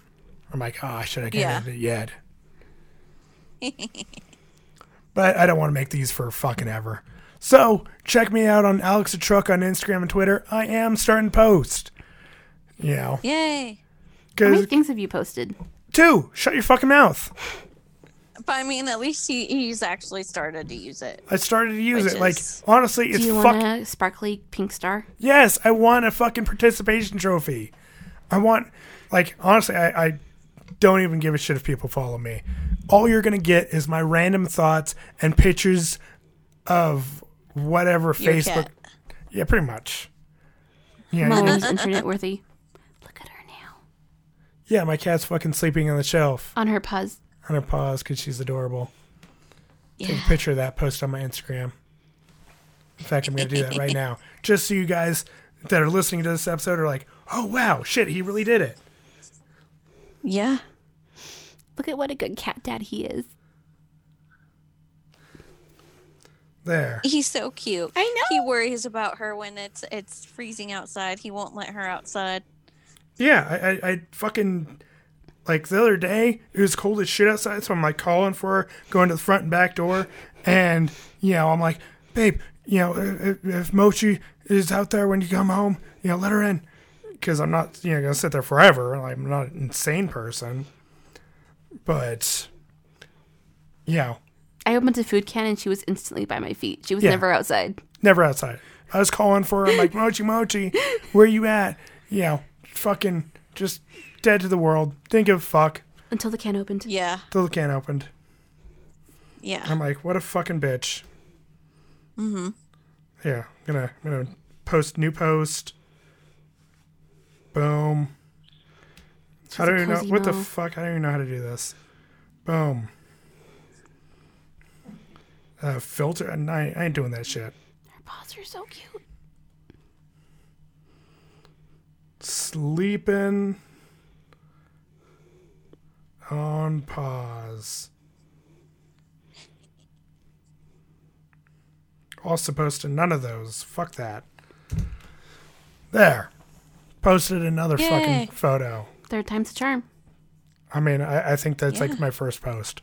Speaker 2: I'm like ah should I can't
Speaker 9: Yeah.
Speaker 2: end it yet. but I don't want to make these for fucking ever. So check me out on Alex the Truck on Instagram and Twitter. I am starting to post. You know,
Speaker 9: Yay.
Speaker 3: How many
Speaker 2: because
Speaker 3: things have you posted?
Speaker 2: two, shut your fucking mouth.
Speaker 9: But I mean, at least he, he's actually started to use it.
Speaker 2: I started to use
Speaker 9: Which
Speaker 2: it. Like
Speaker 9: is-
Speaker 2: honestly, it's
Speaker 3: Do you
Speaker 2: fucking.
Speaker 3: want a sparkly pink star?
Speaker 2: Yes, I want a fucking participation trophy. I want, like, honestly, I, I don't even give a shit if people follow me. All you're gonna get is my random thoughts and pictures of whatever
Speaker 3: Your
Speaker 2: Facebook.
Speaker 3: cat.
Speaker 2: Yeah, pretty much.
Speaker 3: Mine's
Speaker 2: Yeah,
Speaker 3: internet worthy.
Speaker 2: yeah, my cat's fucking sleeping on the shelf
Speaker 3: On her paws.
Speaker 2: on her paws because she's adorable. Take a picture of that, post on my Instagram. In fact, I'm going to do that right now, just so you guys that are listening to this episode are like, "Oh wow, shit, he really did it."
Speaker 9: Yeah.
Speaker 3: Look at what a good cat dad he is.
Speaker 2: There.
Speaker 9: He's so cute. I know. He worries about her when it's it's freezing outside. He won't let her outside.
Speaker 2: Yeah, I, I, I fucking like the other day. It was cold as shit outside, so I'm like calling for her, going to the front and back door, and you know I'm like, babe, you know if, if Mochi is out there when you come home, you know let her in, because I'm not you know gonna sit there forever. I'm not an insane person, but you know
Speaker 3: I opened a food can and she was instantly by my feet. She was
Speaker 2: Yeah.
Speaker 3: never outside.
Speaker 2: Never outside. I was calling for her, I'm like, Mochi Mochi, where you at? You know, fucking just dead to the world. Didn't give a fuck
Speaker 3: Until the can opened.
Speaker 9: Yeah.
Speaker 2: till the can opened.
Speaker 9: Yeah.
Speaker 2: I'm like, what a fucking bitch.
Speaker 9: Mm-hmm.
Speaker 2: Yeah, I'm gonna I'm gonna post new post. Boom.
Speaker 12: She's
Speaker 2: I
Speaker 12: a
Speaker 2: don't even know
Speaker 12: cozy
Speaker 2: what the
Speaker 12: mo.
Speaker 2: fuck. I don't even know how to do this. Boom. Uh, filter. and I, I ain't doing that shit.
Speaker 3: Her paws are so cute.
Speaker 2: Sleeping on pause. Also posted none of those. Fuck that. There. Posted another
Speaker 3: Yay.
Speaker 2: fucking photo.
Speaker 3: Third time's a charm.
Speaker 2: I mean, I, I think that's
Speaker 3: Yeah.
Speaker 2: like my first post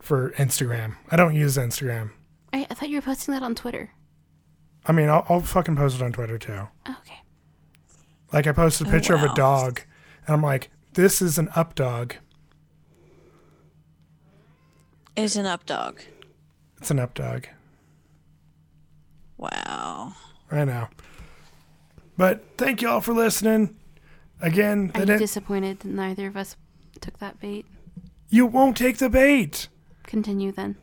Speaker 2: for Instagram. I don't use Instagram.
Speaker 3: I, I thought you were posting that on Twitter.
Speaker 2: I mean, I'll, I'll fucking post it on Twitter too.
Speaker 3: Okay.
Speaker 2: Like I posted a
Speaker 3: Oh,
Speaker 2: picture of
Speaker 3: wow.
Speaker 2: a dog, and I'm like, "This is an up dog.
Speaker 9: It's an up dog.
Speaker 2: It's an up dog."
Speaker 9: Wow.
Speaker 2: I know. But thank you all for listening. Again,
Speaker 3: Are
Speaker 2: that
Speaker 3: you
Speaker 2: it-
Speaker 3: disappointed that neither of us took that bait?
Speaker 2: you won't take the bait.
Speaker 3: Continue then.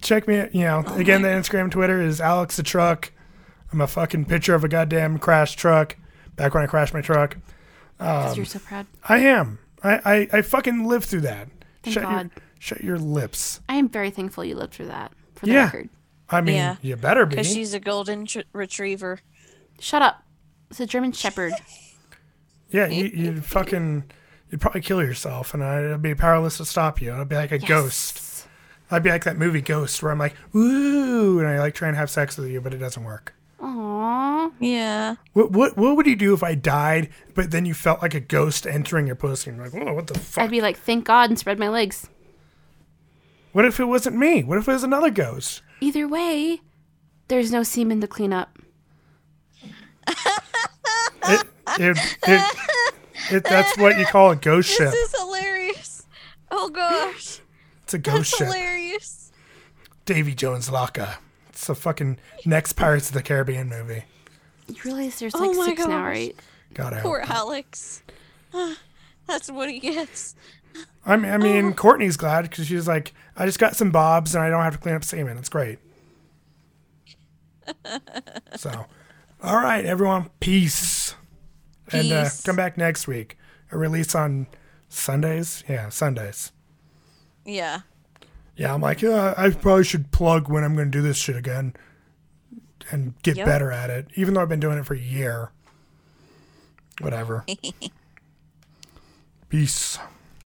Speaker 2: Check me. You know,
Speaker 3: Oh
Speaker 2: again, the
Speaker 3: my-
Speaker 2: Instagram, Twitter is Alex the truck. I'm a fucking picture of a goddamn crashed truck. Back when I crashed my truck.
Speaker 3: Because
Speaker 2: Um,
Speaker 3: you're so proud.
Speaker 2: I am. I, I I fucking lived through that.
Speaker 3: Thank
Speaker 2: shut
Speaker 3: God.
Speaker 2: Your, shut your lips.
Speaker 3: I am very thankful you lived through that. For the
Speaker 2: Yeah.
Speaker 3: record.
Speaker 2: I mean,
Speaker 9: Yeah.
Speaker 2: you better be.
Speaker 9: Because she's a golden tr- retriever.
Speaker 3: Shut up. It's a German Shepherd.
Speaker 2: Yeah, you, you'd fucking, you'd probably kill yourself, and I'd be powerless to stop you. I'd be like a ghost. I'd be like that movie Ghost, where I'm like, ooh, and I like try and have sex with you, but it doesn't work.
Speaker 3: Aww.
Speaker 9: Yeah.
Speaker 2: What what what would you do if I died, but then you felt like a ghost entering your pussy? And you're like, whoa, what the fuck?
Speaker 3: I'd be like, thank God, and spread my legs.
Speaker 2: What if it wasn't me? What if it was another ghost?
Speaker 3: Either way, there's no semen to clean up.
Speaker 2: It, it, it, it, that's what you call a ghost ship.
Speaker 9: This is hilarious. Oh gosh.
Speaker 2: It's a
Speaker 9: That's
Speaker 2: ghost ship.
Speaker 9: hilarious.
Speaker 2: Davy Jones Locker. It's the fucking next Pirates of the Caribbean movie.
Speaker 3: You realize there's
Speaker 9: Oh
Speaker 3: like
Speaker 9: my
Speaker 3: six now,
Speaker 9: gosh.
Speaker 3: right?
Speaker 2: God, I
Speaker 9: Poor Alex. Ah, That's what he gets.
Speaker 2: I mean, I
Speaker 9: Oh.
Speaker 2: mean Courtney's glad because she's like, I just got some bobs and I don't have to clean up semen. It's great. so, All right, everyone. Peace. And uh,
Speaker 9: Peace.
Speaker 2: come back next week. A release on Sundays? Yeah, Sundays.
Speaker 9: Yeah.
Speaker 2: Yeah, I'm like, yeah, I probably should plug when I'm going to do this shit again and get
Speaker 9: Yep.
Speaker 2: better at it, even though I've been doing it for a year. Whatever. Peace.